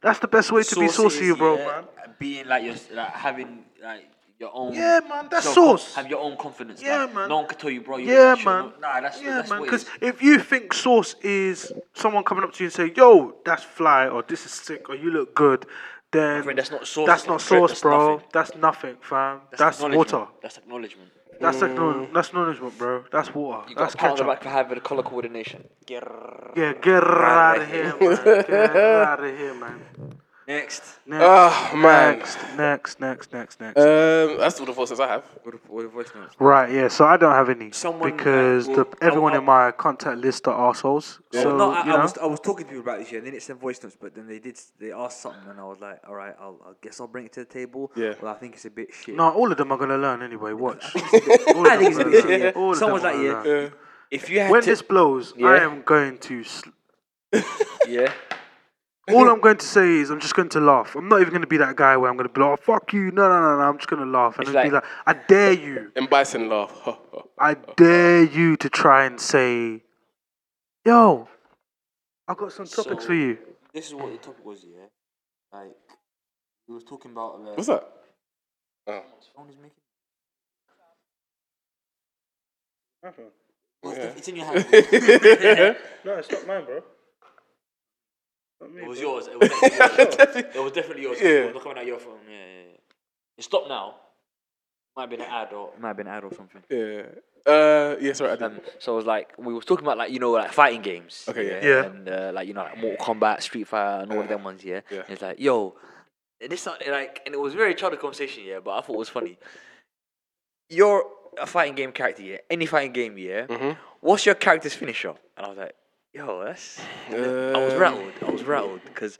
D: That's the best way to be saucy, bro, man.
F: Being like your like having like your own.
D: Yeah, man, that's
F: self-con-
D: sauce.
F: Have your own confidence.
D: Yeah,
F: like,
D: man.
F: No one can tell you, bro. You
D: Yeah,
F: should
D: man.
F: not- Nah, that's
D: yeah,
F: that's
D: man.
F: what it
D: Because
F: is.
D: if you think sauce is someone coming up to you and saying, "Yo, that's fly," or "This is sick," or "You look good," then
F: friend, that's not sauce,
D: That's
F: that's
D: not
F: not drip,
D: sauce,
F: that's
D: bro.
F: nothing.
D: That's nothing, fam. That's,
F: acknowledgement.
D: water.
F: That's acknowledgement.
D: That's acknowledge- That's acknowledgement, bro. That's water.
F: Mm. You got
D: that's
F: a pat on the
D: ketchup.
F: back for having the color coordination.
D: Yeah, get out of here, man. Get out of here, man.
F: Next.
D: Next,
F: Ah,
B: Oh, man.
D: next, next, next, next, next.
B: Um, that's all the voices I have.
F: What a- what a voice note.
D: Right, yeah. So I don't have any
F: Someone, uh,
D: because
F: will-
D: the, everyone
F: I'll-
D: in my contact list are assholes. So
F: no, I,
D: you
F: I
D: know,
F: was I was talking to people about this year, and they didn't send voice notes, but then they did. They asked something, and I was like, "All right, I'll, I guess I'll bring it to the table."
B: Yeah.
F: Well, I think it's a bit shit.
D: no, all of them are gonna learn anyway. Watch. All
F: I
D: of them
F: think it's a
D: are
F: bit
D: gonna
F: shit.
D: learn.
F: Yeah.
D: All of them
F: Someone's
D: are
F: like,
D: gonna
F: "Yeah,
D: learn.
F: if you had
D: When
F: to,
D: this blows, I
F: Yeah.
D: am going to. Sl-
F: yeah,
D: all I'm going to say is I'm just going to laugh. I'm not even going to be that guy where I'm going to be like, oh, "Fuck you!" No, no, no, no. I'm just going to laugh and
F: It's
D: just be
F: like-
D: like, "I dare you."
B: And Bison laugh.
D: I dare you to try and say, "Yo, I got some topics
F: So-
D: for you."
F: this is what the topic was. Yeah, like we was talking about. Uh,
B: What's that? Oh.
F: phone is making?
B: Mm-hmm.
F: Well, it's def- It's in your hand.
D: No, it's not mine, bro.
F: It was yours. It was definitely yours. It was definitely yours.
B: Yeah.
F: It was not coming out your phone. Yeah, yeah, yeah. Stop now. Might have been an ad or might have been an ad or something.
B: Yeah. Uh, yeah, sorry, I
F: Um,
B: didn't.
F: so it was like we was talking about like you know like fighting games.
B: Okay, yeah.
D: Yeah.
F: And uh, like you know like Mortal Kombat, Street Fighter, and all of them ones. Yeah.
B: yeah.
F: And it's like yo, and this not like and it was a very childish conversation. Yeah, but I thought it was funny. You're a fighting game character. Yeah. Any fighting game. Yeah.
B: Mhm.
F: What's your character's finisher? And I was like, yo, that's. I was
B: Um,
F: rattled. I was rattled because.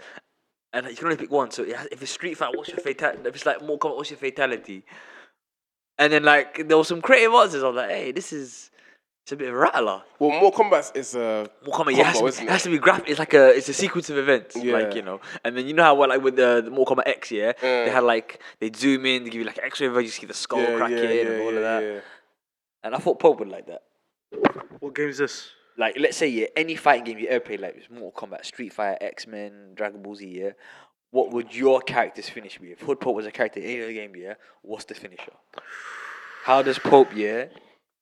F: And you can only pick one, so it has, if it's Street Fighter, what's your fatality? If it's like Mortal Kombat, what's your fatality? And then like there were some creative answers. I was like, hey, this is it's a bit of a rattler.
B: Well, Mortal Kombat is uh,
F: Mortal Kombat,
B: Combo,
F: it, has to,
B: isn't
F: be-
B: it?
F: it has to be graph. It's like a it's a sequence of events,
B: Yeah.
F: like you know. And then you know how well, like with the, the Mortal Kombat X, yeah,
B: Yeah.
F: they had like they would zoom in, they give you like X-ray, you see the skull
B: Mm. yeah,
F: cracking
B: yeah, yeah,
F: and all
B: yeah,
F: of that.
B: yeah.
F: And I thought Pope would like that.
D: What game is this?
F: Like let's say yeah, any fighting game you ever played, like it's Mortal Kombat, Street Fighter, X Men, Dragon Ball Z, yeah. What would your character's finish be? If Hood Pope was a character in any other game, yeah, what's the finisher? How does Pope, yeah?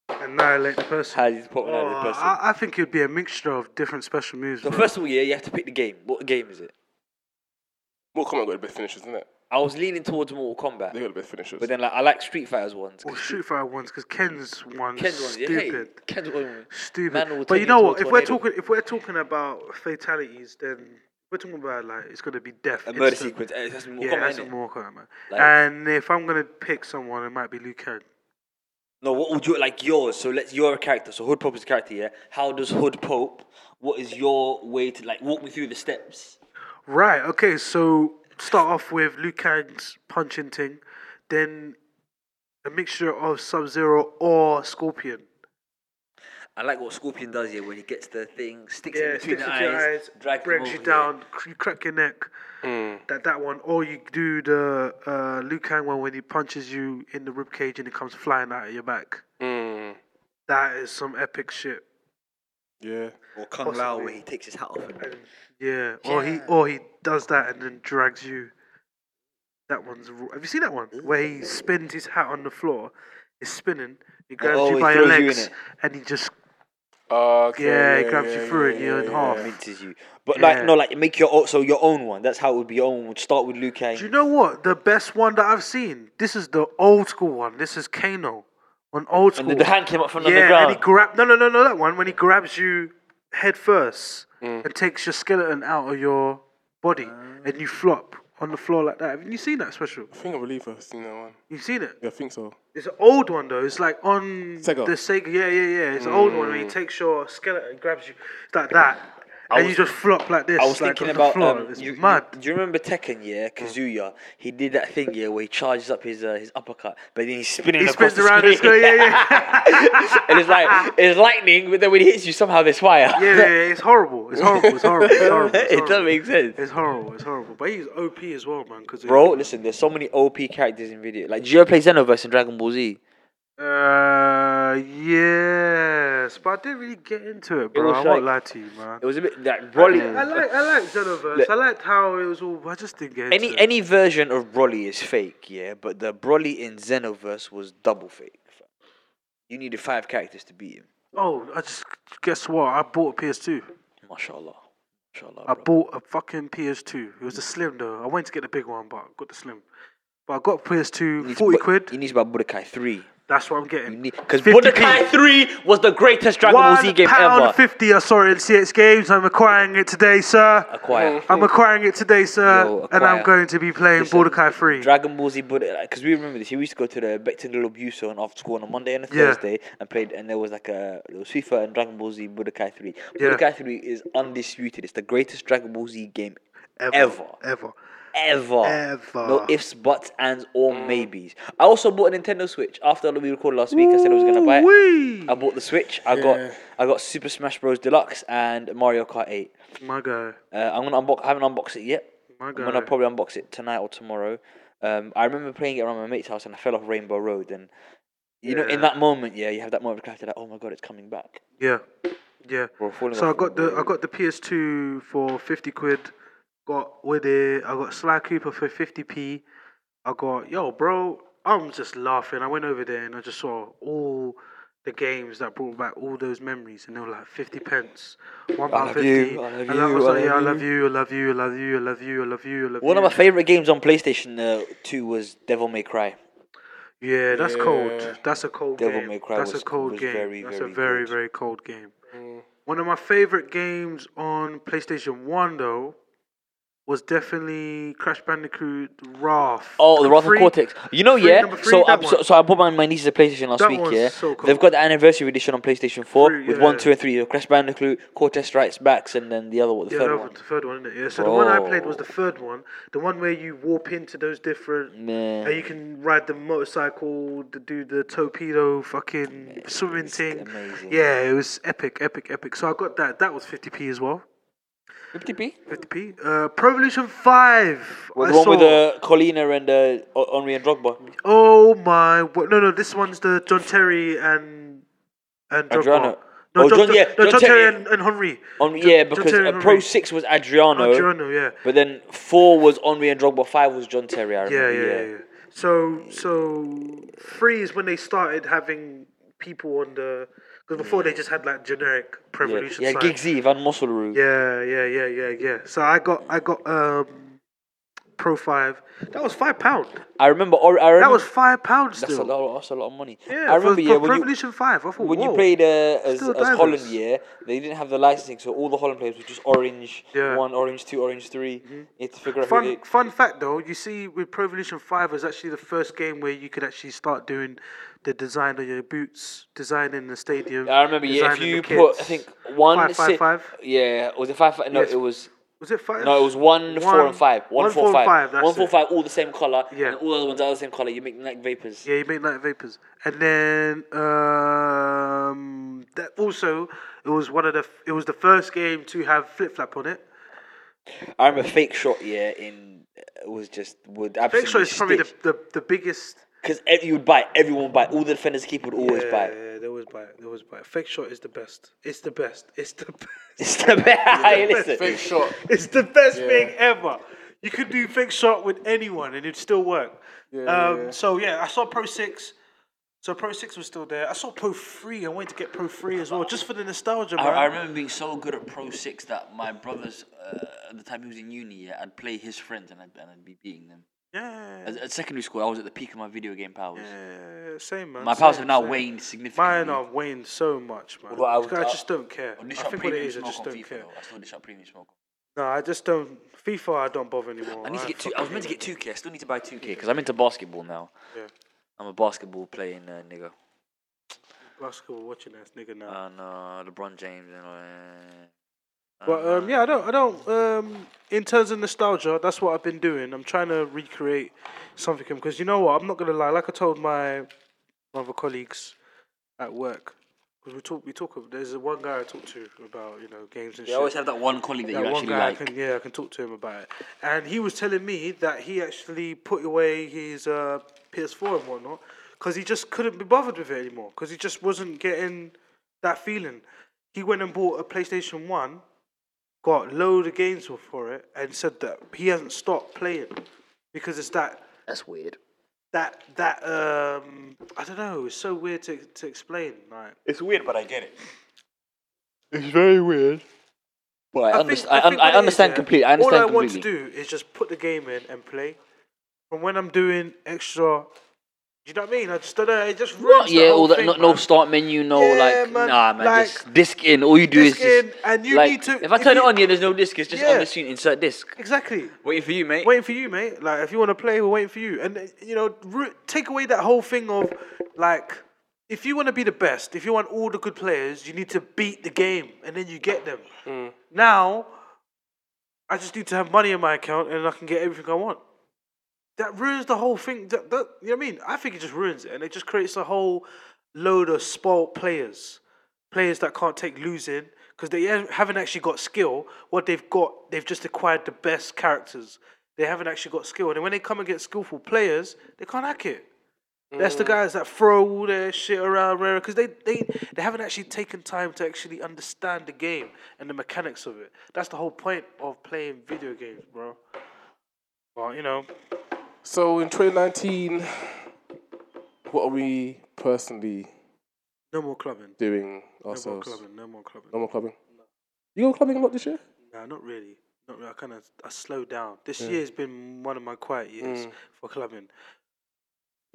D: Annihilate the person.
F: How does Pope
D: Oh,
F: annihilate the person?
D: I, I think it'd be a mixture of different special moves.
F: so
D: bro.
F: first of all, yeah, you have to pick the game. What game is it?
B: Mortal Kombat got the best finishers, isn't it?
F: I was leaning towards Mortal Kombat.
B: They got the best finishers.
F: But then, like, I like Street Fighters ones.
D: Or Street Fighter ones, because Ken's one's
F: Ken's ones, yeah, hey,
D: Oh, stupid.
F: Ken's one. Man will
D: Stupid.
F: turn
D: But you know
F: into a
D: what? If we're
F: tornado.
D: talking, if we're talking about fatalities, then we're talking about like it's gonna be death.
F: A murder
D: instant.
F: sequence. eh, It has to be Mortal
D: Yeah,
F: Kombat,
D: that's a
F: innit?
D: Mortal Kombat.
F: Like-
D: and if I'm gonna pick someone, it might be Liu Kang.
F: No, what would you like yours? So let's you're a character. So Hood Pope is a character. Yeah. How does Hood Pope? What is your way to like walk me through the steps?
D: Right. Okay. So start off with Liu Kang's punching thing, then a mixture of Sub Zero or Scorpion.
F: I like what Scorpion does here when he gets the thing, sticks
D: Yeah,
F: it between
D: sticks
F: the
D: it to your eyes,
F: drags them
D: brings
F: over
D: you
F: here.
D: down, cr- you crack your neck.
B: Mm.
D: That that one, or you do the uh, Liu Kang one when he punches you in the ribcage and it comes flying out of your back.
B: Mm.
D: That is some epic shit.
B: Yeah.
F: Or Kung Lao
D: possibly.
F: where he takes his hat off. And,
D: Yeah. Or he or he does that and then drags you. That one's. r- Have you seen that one where he spins his hat on the floor? It's spinning. He grabs
F: oh,
D: you
F: he
D: by your
F: throws you in
D: legs
F: it.
D: and he just
B: Okay,
D: Yeah, it grabs you through it, you're in half.
B: yeah.
F: Minces you, but
D: Yeah.
F: like no, like make your own, so your own one. That's how it would be. Your own would start with Liu Kang.
D: Do you know what the best one that I've seen? This is the old school one. This is Kano, on old
F: and
D: school.
F: the, the hand came up from
D: yeah,
F: underground.
D: and he grab. No, no, no, no. That one when he grabs you head first
F: Mm.
D: and takes your skeleton out of your body and you flop on the floor like that. Haven't you seen that special?
B: I think I believe I've seen that one.
D: You've seen it.
B: Yeah, I think so.
D: It's an old one though. It's like on
B: Sega.
D: the Sega. Yeah, yeah, yeah. It's an old one where
F: Mm.
D: he takes your skeleton, grabs you it's like that, and
F: was-
D: you just flop like this.
F: I was
D: like,
F: thinking
D: on
F: about
D: the floor.
F: um,
D: it's
F: you,
D: mad. Mm.
F: you- do you remember Tekken? Yeah, Kazuya. He did that thing yeah where he charges up his uh, his uppercut, but then he's spinning.
D: He
F: across
D: spins
F: the
D: around and
F: screen.
D: goes, yeah, yeah.
F: and it's like it's lightning, but then when he hits you, somehow there's fire.
D: yeah, yeah, yeah, it's horrible. It's horrible. It's horrible. It's horrible. It's
F: it doesn't
D: horrible.
F: make sense.
D: It's horrible. It's horrible. But he's OP as well, man. Cause
F: Bro, listen, there's so many OP characters in video. Like, do you ever play Xenoverse in Dragon Ball Z?
D: Uh, yes, but I didn't really get into it, bro.
F: was
D: I won't
F: like-
D: lie to you, man.
F: It was a bit like
D: I
F: Broly.
D: like, I like Xenoverse. I liked how it was all. I just didn't get into
F: Any
D: it.
F: any version of Broly is fake, yeah, but the Broly in Xenoverse was double fake. fam. You needed five characters to beat him.
D: Oh, I just guess what? I bought a PS2.
F: Mashallah. Mashallah.
D: I
F: bro.
D: bought a fucking PS2. It was a slim though. I went to get the big one, but I got the slim. But I got a
F: You need
D: PS2,
F: to
D: forty
F: bu-
D: quid.
F: You need to buy Budokai 3.
D: That's what I'm
F: You
D: getting.
F: need Because
D: 50p.
F: Budokai 3 was the greatest Dragon Ball Z
D: One
F: game
D: pound
F: ever.
D: fifty. I saw it in CX Games. I'm acquiring it today, sir.
F: Acquire.
D: I'm acquiring it today, sir.
F: Yo,
D: Uh, and
F: acquire.
D: I'm going to be playing
F: Listen,
D: Borderkai Free.
F: Dragon Ball Z Budokai. Because we remember this. We used to go to the Becton Lobuso and after school on a Monday and a
D: Yeah.
F: Thursday and played. And there was like a. There was FIFA and Dragon Ball Z Budokai 3.
D: Yeah.
F: Budokai 3 is undisputed. It's the greatest Dragon Ball Z game
D: ever,
F: ever.
D: ever.
F: ever.
D: Ever.
F: No ifs, buts, ands, or maybes. I also bought a Nintendo Switch after we recorded last week. I said I was gonna buy it.
D: Wee.
F: I bought the Switch. I got I got Super Smash Bros. Deluxe and Mario Kart 8.
D: My guy.
F: Uh, I'm gonna unbox. I haven't unboxed it yet.
D: My
F: I'm
D: guy.
F: gonna probably unbox it tonight or tomorrow. Um, I remember playing it around my mate's house and I fell off Rainbow Road and. You know, in that moment, yeah, you have that moment of clarity, like, oh my god, it's coming back.
D: Yeah, yeah.
F: We're falling
D: So I
F: off
D: got
F: Rainbow
D: the I got the PS2 for fifty quid. Got with it. I got Sly Cooper for fifty p. I got yo, bro. I'm just laughing. I went over there and I just saw all the games that brought back all those memories, and they were like fifty pence, one pound
F: love
D: fifty.
F: you, I love
D: and I
F: you,
D: was
F: I
D: like, yeah, I
F: love
D: love you, I love you, I love you, I love you, I love you, I love you.
F: One of my favorite games on PlayStation uh, 2 was Devil May Cry.
D: Yeah, that's
B: Yeah.
D: cold. That's a cold
C: Devil
D: game.
C: May Cry
D: that's
C: was-
D: a cold
C: was
D: game.
C: very,
D: that's
C: very
D: a very,
C: good. Mm.
D: very cold game. One of my favorite games on PlayStation 1, though, was definitely Crash Bandicoot Wrath.
C: Oh, the Wrath of
D: Free-
C: Cortex. You know,
D: Free,
C: yeah.
D: number three,
C: so,
D: that
C: I, so,
D: one.
C: so I bought my, my nieces a PlayStation last
D: That
C: week.
D: one's
C: Yeah,
D: so cool.
C: they've got the anniversary edition on PlayStation Four
D: Free,
C: with one,
D: yeah.
C: two, and three. Crash Bandicoot, Cortex Strikes Backs, and then the other one, the
D: yeah, that
C: third
D: was
C: one. Oh.
D: the third one, isn't it? Yeah. So the one I played was
C: Bro.
D: the third one, the one where you warp into those different,
C: Man.
D: and you can ride the motorcycle, to do the torpedo, fucking swimming thing.
C: amazing.
D: Yeah, it was epic, epic, epic. So I got that. That was 50p as well.
C: 50p.
D: 50p. Uh, Pro Evolution 5.
C: Well,
D: I
C: the one with
D: saw.
C: uh, Colina and uh, O- Henri and Drogba.
D: Oh my! wo- No, no. This one's the John Terry and and
C: Adriano.
D: Drogba. No,
C: Oh,
D: John,
C: John-
D: Ter-
C: yeah,
D: no,
C: John
D: John Terry
C: Terry.
D: and, and Henry.
C: On,
D: John-
C: yeah,
D: John
C: because
D: Terry
C: uh,
D: and
C: Pro
D: Henry.
C: Six was Adriano,
D: Adriano, yeah.
C: but then Four was Henri and Drogba. Five was John Terry. I
D: Yeah,
C: remember.
D: yeah, yeah, yeah. So, so three is when they started having people on the. Because before they just had like generic Pro
C: Mm. yeah.
D: Evolution.
C: yeah.
D: side.
C: Giggsy, Van Mosselroo.
D: Yeah, yeah, yeah, yeah, yeah. So I got, I got um, Pro Five. That was five pound.
C: I remember. Or, I remember
D: That was five pounds
C: That's a
D: still.
C: lot. That's a lot of money.
D: Yeah,
C: I remember.
D: for, for
C: yeah, when
D: Pro
C: you
D: Evolution Five, I thought
C: when you
D: whoa.
C: played uh, as,
D: Still
C: as Holland,
D: diverse.
C: yeah, they didn't have the licensing, so all the Holland players were just orange
D: Yeah. Mm-hmm.
C: one, orange two, orange 3 You had to figure out who
D: Fun,
C: they.
D: fun fact though, you see, with Pro Evolution 5 was actually the first game where you could actually start doing the design of your boots, designing the stadium.
C: I remember. Yeah, if
D: designing the
C: you put, I
D: kits.
C: think one.
D: Five, five,
C: si-
D: five?
C: Yeah, was it five? five no,
D: Yes.
C: it was.
D: Was it five?
C: No, it was one, four, and five. One,
D: one,
C: four, and five.
D: that's
C: one, four,
D: it.
C: five, all the same color.
D: Yeah.
C: And all the other ones are the same color. You make them like vapors.
D: Yeah, you make light vapors, and then um, that also it was one of the f- it was the first game to have flip flap on it.
C: I remember fake shot. Yeah, in uh, was just would absolutely.
D: Fake shot is probably the,
C: stitch.
D: the, the biggest
C: Because you would buy, everyone would buy, all the defenders keep would always
D: yeah,
C: buy.
D: Yeah, they always buy it. They always buy it. Fake shot is the best. It's the best. It's the best.
C: It's the best. Hey, listen.
B: Fake shot.
D: It's the best thing ever. You could do fake shot with anyone and it'd still work. um, So yeah, I saw Pro Six. So Pro Six was still there. I saw Pro Three. I wanted to get Pro Three as well, just for the nostalgia.
F: I,
D: Man.
F: I remember being so good at Pro 6 that my brothers, uh, at the time he was in uni, yeah, I'd play his friends and I'd, and I'd be beating them.
D: Yeah,
F: At, at secondary school, I was at the peak of my video game powers.
D: yeah, same man.
F: my
D: same,
F: powers have now
D: same.
F: waned significantly.
D: Mine are waned so much, man.
C: Well, I
D: I,
C: would- I-
D: just don't care.
F: I
D: I
F: dish out
D: think what it
F: premium
D: is, I
F: smoke
D: just
F: on
D: don't
F: FIFA.
D: care.
F: Though. I still dish out premium smoke.
D: No, I just don't. FIFA, I don't bother anymore.
F: I need to get two.
D: fucking
F: I was meant to get 2K. I still need to buy 2K because I'm into basketball now.
D: Yeah.
F: I'm a basketball playing uh, nigga.
D: basketball watching ass nigga now.
F: And uh, LeBron James and uh, all that.
D: But
F: Uh-huh.
D: um, yeah, I don't, I don't. Um, in terms of nostalgia, that's what I've been doing. I'm trying to recreate something because you know what? I'm not gonna lie. Like I told my my other colleagues at work, because we talk, we talk. of- There's one guy I talk to about you know games and
F: They
D: shit.
F: always have that one colleague that
D: That
F: you
D: one
F: actually
D: guy,
F: like.
D: I can, yeah, I can talk to him about it. And he was telling me that he actually put away his uh, PS4 and whatnot because he just couldn't be bothered with it anymore because he just wasn't getting that feeling. He went and bought a PlayStation 1, got load of games for it, and said that he hasn't stopped playing because it's that
F: That's weird.
D: that that um I don't know. It's so weird to to explain. Like
F: It's weird, but I get it.
C: But I, underst- I,
D: I think- I
C: un-
D: think
C: I
D: what it is,
C: understand
D: yeah,
C: completely. I understand
D: All I want
C: completely.
D: to do is just put the game in and play. And when I'm doing extra, you know what I mean? I just don't know. It just
F: Not
D: ruins the
F: yeah,
D: whole
F: all that.
D: thing,
F: no, no
D: man.
F: start menu, no
D: Yeah,
F: like.
D: man,
F: Nah, man.
D: like,
F: just disc in. All you do is
D: disc
F: just.
D: in, and you
F: like,
D: need to-
F: If I
D: if
F: turn
D: you-
F: it on, yeah, there's no disc. It's just on
D: Yeah.
F: the screen. Insert disc.
D: Exactly.
C: Waiting for you, mate.
D: Waiting for you, mate. Like if you want to play, we're waiting for you. And uh, you know, ru- take away that whole thing of like, if you want to be the best, if you want all the good players, you need to beat the game, and then you get them.
C: Mm.
D: Now, I just need to have money in my account, and I can get everything I want. that ruins the whole thing. That, that you know what I mean? I think it just ruins it, and it just creates a whole load of spoiled players, players that can't take losing because they ha- haven't actually got skill. What they've got, they've just acquired the best characters. They haven't actually got skill, and when they come against skillful players, they can't hack it. That's the guys that throw all their shit around rare because they, they they haven't actually taken time to actually understand the game and the mechanics of it. That's the whole point of playing video games, bro. Well, you know,
B: So in 2019, what are we personally
D: no more clubbing.
B: doing
D: No more
B: ourselves?
D: clubbing. No more clubbing.
B: No more clubbing. You go clubbing a lot this year?
D: Nah, not really. Not really. I kind
B: Mm.
D: of I slowed down. This year's been one of my quiet years for clubbing.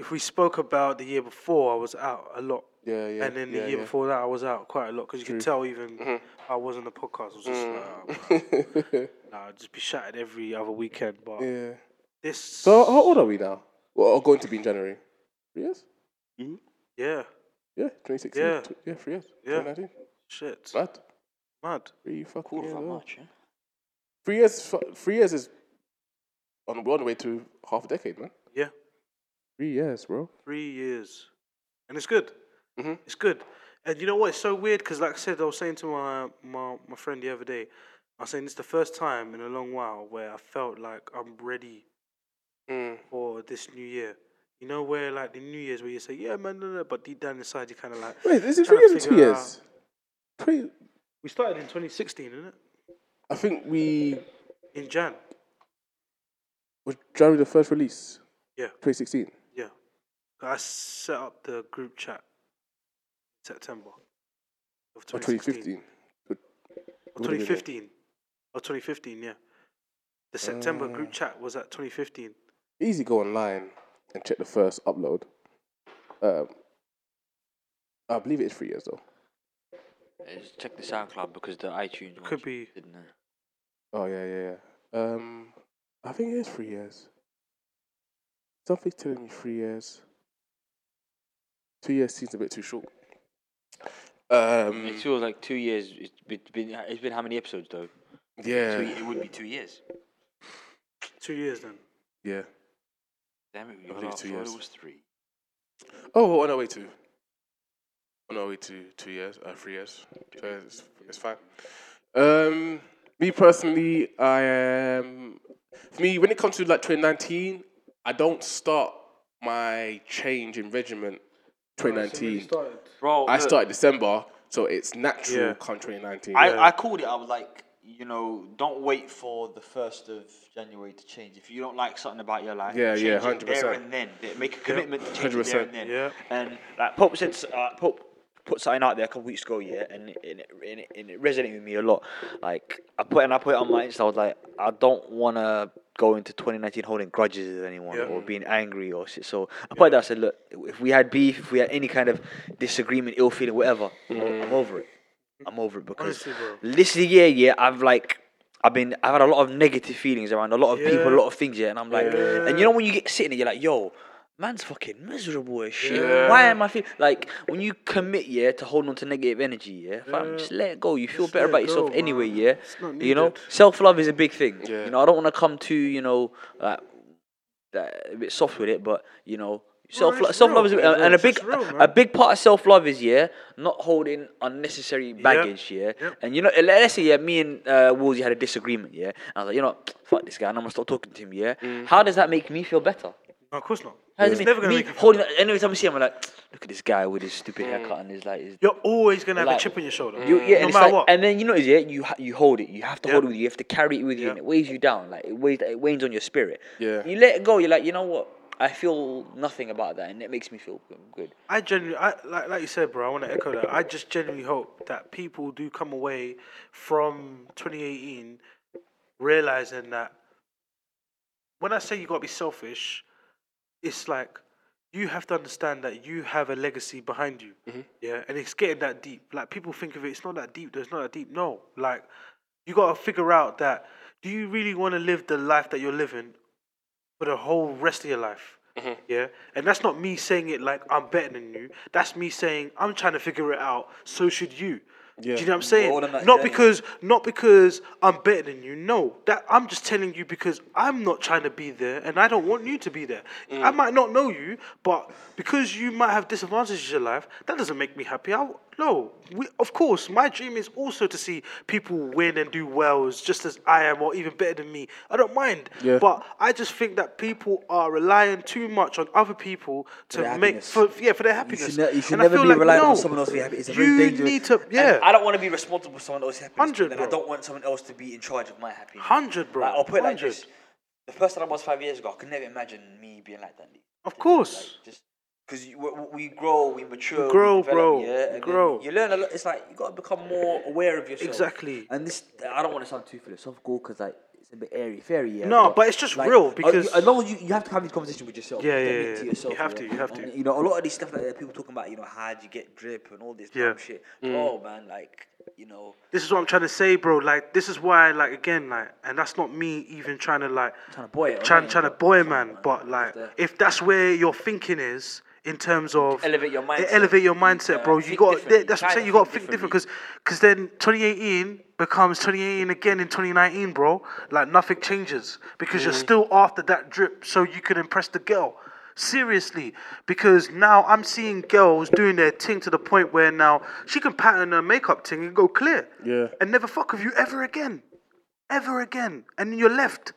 D: if we spoke about the year before, I was out a lot.
C: Yeah, yeah.
D: and then the year before that, I was out quite a lot because you could tell even
B: Mm-hmm.
D: I was on the podcast. I was just like, oh, nah, I'd just be shattered every other weekend. But
B: Mm. yeah.
D: this,
B: So how old are we now? Well, are going to be in January. Three years?
D: yeah,
B: Yeah, 2016.
D: Yeah.
B: Tw- yeah, three years.
D: Yeah.
B: 2019.
D: shit,
B: Mad.
D: mad.
B: Three fucking years.
C: that
B: old.
C: much, yeah?
B: Three years. fu- Three years is on, we're on the way to half a decade, man.
D: Yeah,
B: Three years, bro.
D: three years, and it's good.
B: Mhm.
D: It's good. And you know what? It's so weird because, like I said, I was saying to my, my my friend the other day, I was saying it's the first time in a long while where I felt like I'm ready
B: Mm.
D: for this new year. You know where like the New Year's where you say, Yeah man, no, no, but deep down inside you're kinda like
B: Wait, is it three
D: trying to
B: years or two
D: figure
B: years? Three.
D: out- We started in twenty sixteen, isn't it?
B: I think we
D: In Jan.
B: was January the first release.
D: Yeah.
B: 2016.
D: Yeah. I set up the group chat in September of
B: Or
D: 2016.
B: 2015.
D: Or 2015. Or 2015, Oh, yeah. The September group chat was at 2015.
B: Easy go online and check the first upload. Um, I believe it is three years though.
C: Yeah, Just check the SoundCloud because the iTunes
D: Could be
C: didn't know.
B: Oh yeah, yeah, yeah. Um, I think it is three years. Something's telling me three years. Two years seems a bit too short. Um,
C: It feels like two years. It's been, been- it's been how many episodes though? Two,
B: yeah,
C: it would be two years.
D: Two years then.
B: yeah.
C: Damn it, we
B: I
C: got
B: believe
C: off,
B: two
C: I thought
B: years.
C: It was three.
B: Oh, on our way to, on our way to Oh, two years, uh, three years. So it's, it's fine. Um, me personally, I am. For me, when it comes to like 2019, I don't start my change in
D: Oh,
B: regiment 2019.
F: Bro,
B: I
F: look,
B: started December, so it's natural
D: Yeah.
B: come 2019.
F: I, I called it. I was like, you know, don't wait for the first of January to change. If you don't like something about your life,
B: Yeah, yeah,
F: change it
B: 100%.
F: There and then, Th- make a commitment to change it there
B: 100%.
F: and then.
D: Yeah.
F: And like Pope said, s- uh, Pope put something out there a couple weeks ago, yeah, and it, and, it, and, it, and it resonated with me a lot. Like I put and I put it on my Insta. I was like, I don't want to go into 2019 holding grudges with anyone
D: Yeah.
F: or being angry or shit. So I put it out. I said, look, if we had beef, if we had any kind of disagreement, ill feeling, whatever, I'm over it. I'm over it because
D: Honestly, bro.
F: this year, yeah, I've like, I've been, I've had a lot of negative feelings around a lot of people, a
D: Yeah.
F: lot of things, yeah, and I'm like, and you know when you get sitting there, you're like, yo, man's fucking miserable as shit. Why am I feeling like when you commit, yeah, to hold on to negative energy, yeah, fam, just let it go. You feel
D: Just
F: better
D: let
F: about
D: it
F: yourself
D: go,
F: anyway,
D: man.
F: yeah.
D: It's not
F: You know,
D: needed.
F: self love is a big thing.
B: Yeah.
F: You know, I don't want to come too, you know, like that a bit soft with it, but you know, self
D: it's
F: self love is
D: real,
F: a-
D: man, bro.
F: and a
D: It's
F: big
D: just real,
F: a
D: man.
F: big part of self love is yeah, not holding unnecessary baggage, yeah.
D: yep.
F: And you know, let- let's say yeah, me and uh, Woolsey had a disagreement, yeah. And I was like, you know, fuck this guy, and I'm gonna stop talking to him, yeah. How does that make me feel better?
D: No, of course not.
F: How does
D: Mm. It's
F: it
D: never
F: make
D: gonna
F: me
D: make you feel
F: holding? Every time I see him, I'm like, look at this guy with his stupid haircut and his like his
D: You're always gonna have
F: Like-
D: a chip on your shoulder.
F: you, yeah,
D: Mm. no
F: and, it's
D: matter
F: like,
D: what.
F: and then you know, yeah, you ha- you hold it. You have to
D: Yeah.
F: hold it with you. You have to carry it with you, and
D: Yeah.
F: it weighs you down. Like it weighs, it weighs on your spirit.
B: Yeah.
F: You let it go. You're like, you know what? I feel nothing about that, and it makes me feel good.
D: I genuinely, I like, like you said, bro. I want to echo that. I just genuinely hope that people do come away from 2018 realizing that when I say you gotta be selfish, it's like you have to understand that you have a legacy behind you. Yeah, and it's getting that deep. Like people think of it, it's not that deep. though, It's not that deep. No, like you gotta figure out that do you really want to live the life that you're living for the whole rest of your life? Yeah, and that's not me saying it like I'm better than you. That's me saying I'm trying to figure it out. So should you. Do you know what I'm saying?
F: Roll on that
D: Not
F: journey.
D: because not because I'm better than you. No, that I'm just telling you because I'm not trying to be there, and I don't want you to be there. I
C: Mm.
D: might not know you, but because you might have disadvantages in your life, that doesn't make me happy. I, no, we, of course, my dream is also to see people win and do well, as just as I am, or even better than me. I don't mind,
B: Yeah.
D: but I just think that people are relying too much on other people to
C: their
D: make
C: happiness.
D: for yeah for their happiness.
C: ne- you should
D: And I
C: never
D: feel
C: be
D: like,
C: reliant on
D: no,
C: someone else for your happiness. It's a very
D: you
C: dangerous-
D: need to yeah.
F: And I don't want to be responsible for someone else's happiness.
D: Hundred,
F: Hundred, and I
D: bro.
F: don't want someone else to be in charge of my happiness.
D: Hundred, bro.
F: Like, I'll put it like
D: Hundred.
F: this: the person I was five years ago, I could never imagine me being like that.
D: Of course.
F: Just because we, we grow, we mature,
D: grow,
F: we develop,
D: bro.
F: Yeah,
D: We
F: and then
D: grow.
F: You learn a lot. It's like you got to become more aware of yourself.
D: Exactly.
F: And this, I don't want to sound too philosophical because like it's a bit airy fairy. Yeah,
D: No, but it's just
F: like,
D: real
F: uh,
D: because-
F: as long as you, you have to have these conversations with yourself.
D: Yeah,
F: you
D: yeah,
F: admit
D: yeah.
F: to
D: You
F: yourself,
D: have to, you have
F: and,
D: to.
F: You know, a lot of these stuff like that people talking about. You know, how do you get drip and all this
D: Yeah.
F: dumb shit. Oh man, like you know,
D: This is what I'm trying to say, bro. Like, this is why, like, again, like, and that's not me even trying to, like,
F: trying to boy it.
D: trying,
F: right?
D: trying to
F: But-
D: boy
F: come on,
D: man. But like,
F: Just, uh,
D: if that's where your thinking is in terms of
F: Elevate your mindset.
D: elevate your
F: You,
D: mindset,
F: uh,
D: bro. You
F: think
D: got
F: differently.
D: that's
F: Try
D: what I'm saying.
F: to
D: You got to
F: think
D: think different because because then 2018 becomes 2018 again in 2019, bro. Like nothing changes because you're still after that drip, so you can impress the girl. Seriously, because now I'm seeing girls doing their thing to the point where now she can pattern her makeup thing and go clear,
B: Yeah.
D: and never fuck with you ever again, ever again, and then you're left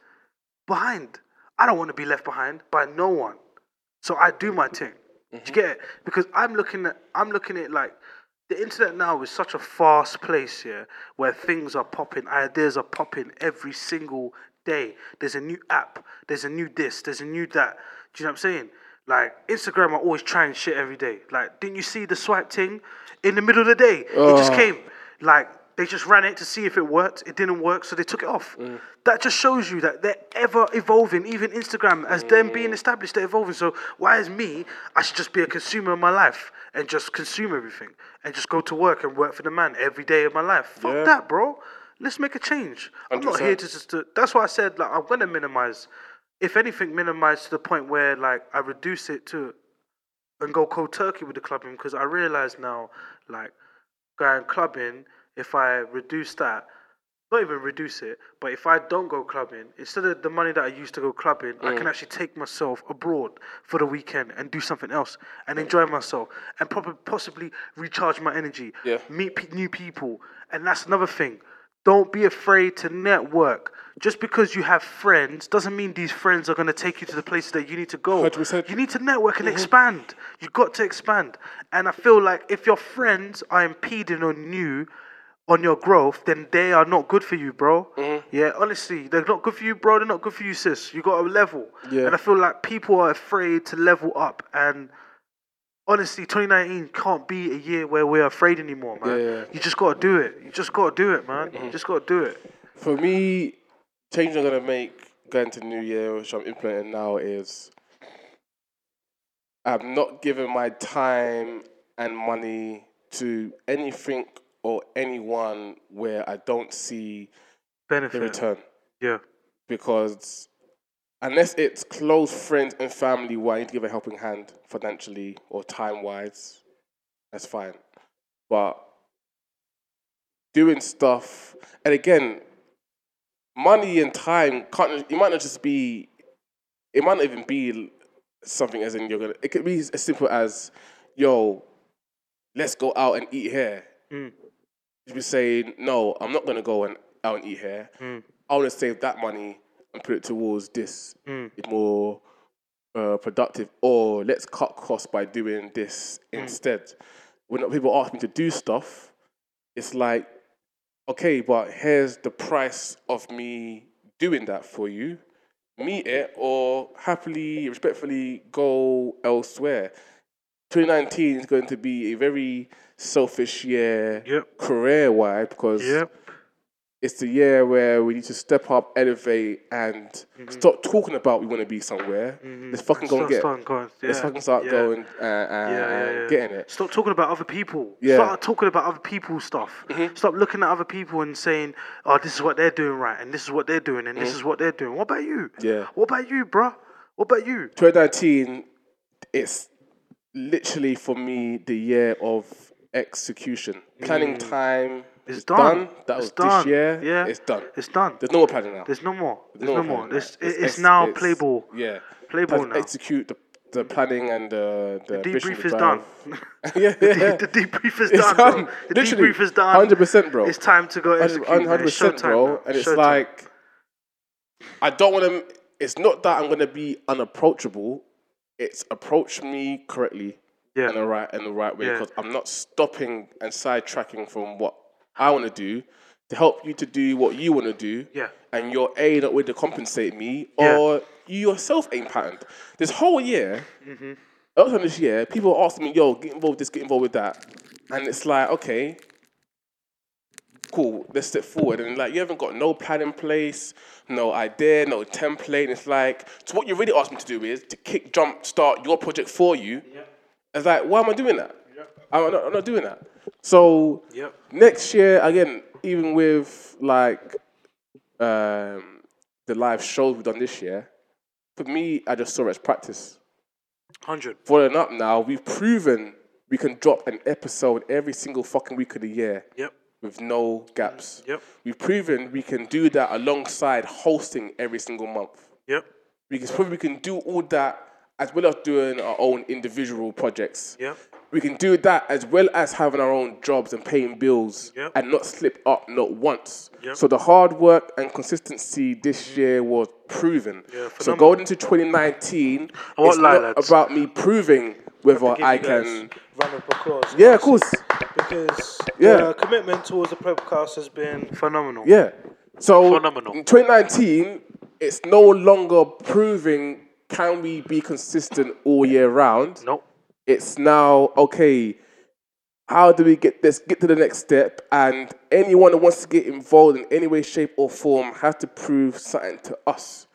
D: behind. I don't want to be left behind by no one. So I do my thing. Do you get it? Because I'm looking at I'm looking at like the internet now is such a fast place here where things are popping, ideas are popping every single day. There's a new app, there's a new this, there's a new that. Do you know what I'm saying? Like Instagram are always trying shit every day. Like, didn't you see the swipe thing in the middle of the day? It just came. Like they just ran it to see if it worked. It didn't work, so they took it off. That just shows you that they're ever evolving. Even Instagram, as them being established, they're evolving. So why is me? I should just be a consumer of my life and just consume everything and just go to work and work for the man every day of my life. Fuck
B: Yeah.
D: that, bro. Let's make a change. i am not here to
B: 100%.
D: just. To, that's why I said like I'm gonna minimize. If anything, minimize to the point where like I reduce it to and go cold turkey with the clubbing because I realize now, like, going clubbing, if I reduce that, not even reduce it, but if I don't go clubbing, instead of the money that I used to go clubbing, I can actually take myself abroad for the weekend and do something else and enjoy myself and probably possibly recharge my energy,
B: Yeah.
D: meet pe new people. And that's another thing. Don't be afraid to network. Just because you have friends doesn't mean these friends are going to take you to the places that you need to go.
B: 100%.
D: You need to network and
B: Mm-hmm.
D: expand. You've got to expand. And I feel like if your friends are impeding on you, on your growth, then they are not good for you, bro.
B: Mm-hmm.
D: Yeah, honestly, they're not good for you, bro. They're not good for you, sis. You got to level.
B: Yeah.
D: And I feel like people are afraid to level up. And honestly, 2019 can't be a year where we're afraid anymore, man.
B: Yeah. Mm-hmm.
D: You just got to do it. You just got to do it, man. You just got to do it.
B: For me, change I'm gonna make going to New Year, which I'm implementing now, is I've not given my time and money to anything or anyone where I don't see the
D: Benefit.
B: return.
D: Yeah.
B: Because unless it's close friends and family where I need to give a helping hand financially or time wise, that's fine. But doing stuff and again money and time can't it might not just be it might not even be something as in you're gonna it could be as simple as yo let's go out and eat here
D: Mm.
B: you be saying no i'm not gonna go and out and eat here
D: Mm.
B: i want to save that money and put it towards this
D: Mm.
B: it's more uh, productive or let's cut costs by doing this
D: Mm.
B: instead when people ask me to do stuff it's like okay, but here's the price of me doing that for you. Meet it or happily, respectfully go elsewhere. 2019 is going to be a very selfish year
D: Yep.
B: career wide because
D: Yep.
B: it's the year where we need to step up, elevate, and
D: Mm-hmm.
B: stop talking about we want to be somewhere. Let's fucking go and
D: Start,
B: get
D: start
B: it.
D: going. Mm-hmm. Yeah.
B: Let's fucking start
D: yeah.
B: going uh, uh, and getting it.
D: Stop talking about other people.
B: Yeah. Mm-hmm.
D: Start talking about other people's stuff. Stop looking at other people and saying, "Oh, this is what they're doing right, and this is what they're doing, and this is what they're doing." What about you?
B: Mm-hmm. Yeah.
D: What about you, bruh? What about you?
B: 2019, it's literally for me the year of execution. Planning time
D: Mm. It's
B: is
D: done.
B: That was
D: It's
B: this
D: done.
B: year.
D: Yeah.
B: It's done.
D: It's done.
B: There's no more planning now.
D: There's no more. There's
B: no
D: no
B: more
D: more.
B: planning
D: It's
B: now.
D: it- it's
B: ex-
D: now
B: it's-
D: play ball.
B: Yeah.
D: Play ball
B: Let's
D: now.
B: Execute the, the planning and the, the ambition,
D: Debrief
B: the
D: is
B: drive.
D: done.
B: yeah,
D: The
B: yeah.
D: de- the debrief is
B: It's
D: done,
B: done.
D: bro. The
B: Literally,
D: debrief is done.
B: 100%, bro.
D: It's time to go
B: Hundred-
D: execute. man.
B: hundred
D: It's
B: percent,
D: showtime
B: bro.
D: now.
B: And it's
D: Showtime.
B: like I don't want to. It's not that I'm gonna be unapproachable. It's approach me correctly
D: Yeah.
B: in the right in the right way
D: Yeah.
B: because I'm not stopping and sidetracking from what I want to do to help you to do what you want to do.
D: Yeah.
B: And your A not way to compensate me,
D: Yeah.
B: or you yourself ain't patterned. This whole year,
D: Mm-hmm.
B: earlier on this year, people are asking me, "Yo, get involved with this, get involved with that," and it's like, okay, cool, let's step forward. And like, you haven't got no plan in place, no idea, no template. It's like, so what you really asked me to do is to kick, jump, start your project for you. It's like, why am I doing that? I'm, not, I'm not doing that. So
D: Yep.
B: next year, again, even with like um, the live shows we've done this year, for me, I just saw it as practice
D: Hundred.
B: following up now, we've proven we can drop an episode every single fucking week of the year
D: Yep.
B: with no gaps.
D: Yep.
B: We've proven we can do that alongside hosting every single month.
D: Yep.
B: We can probably we can do all that as well as doing our own individual projects.
D: Yep.
B: We can do that as well as having our own jobs and paying bills
D: Yep.
B: and not slip up not once.
D: Yep.
B: So the hard work and consistency this year was proven. so
D: phenomenal.
B: going into 2019,
D: I won't
B: it's
D: lie,
B: not
D: lads.
B: about me proving whether
D: Give you
B: I
D: guys
B: can.
D: a round of applause.
B: Yeah, of course.
D: Because
B: Yeah.
D: the commitment towards the podcast has been phenomenal.
B: Yeah. So
D: Phenomenal.
B: in 2019, it's no longer proving can we be consistent all year round.
D: Nope.
B: It's now okay. How do we get this? Get to the next step, and anyone that wants to get involved in any way, shape, or form has to prove something to us.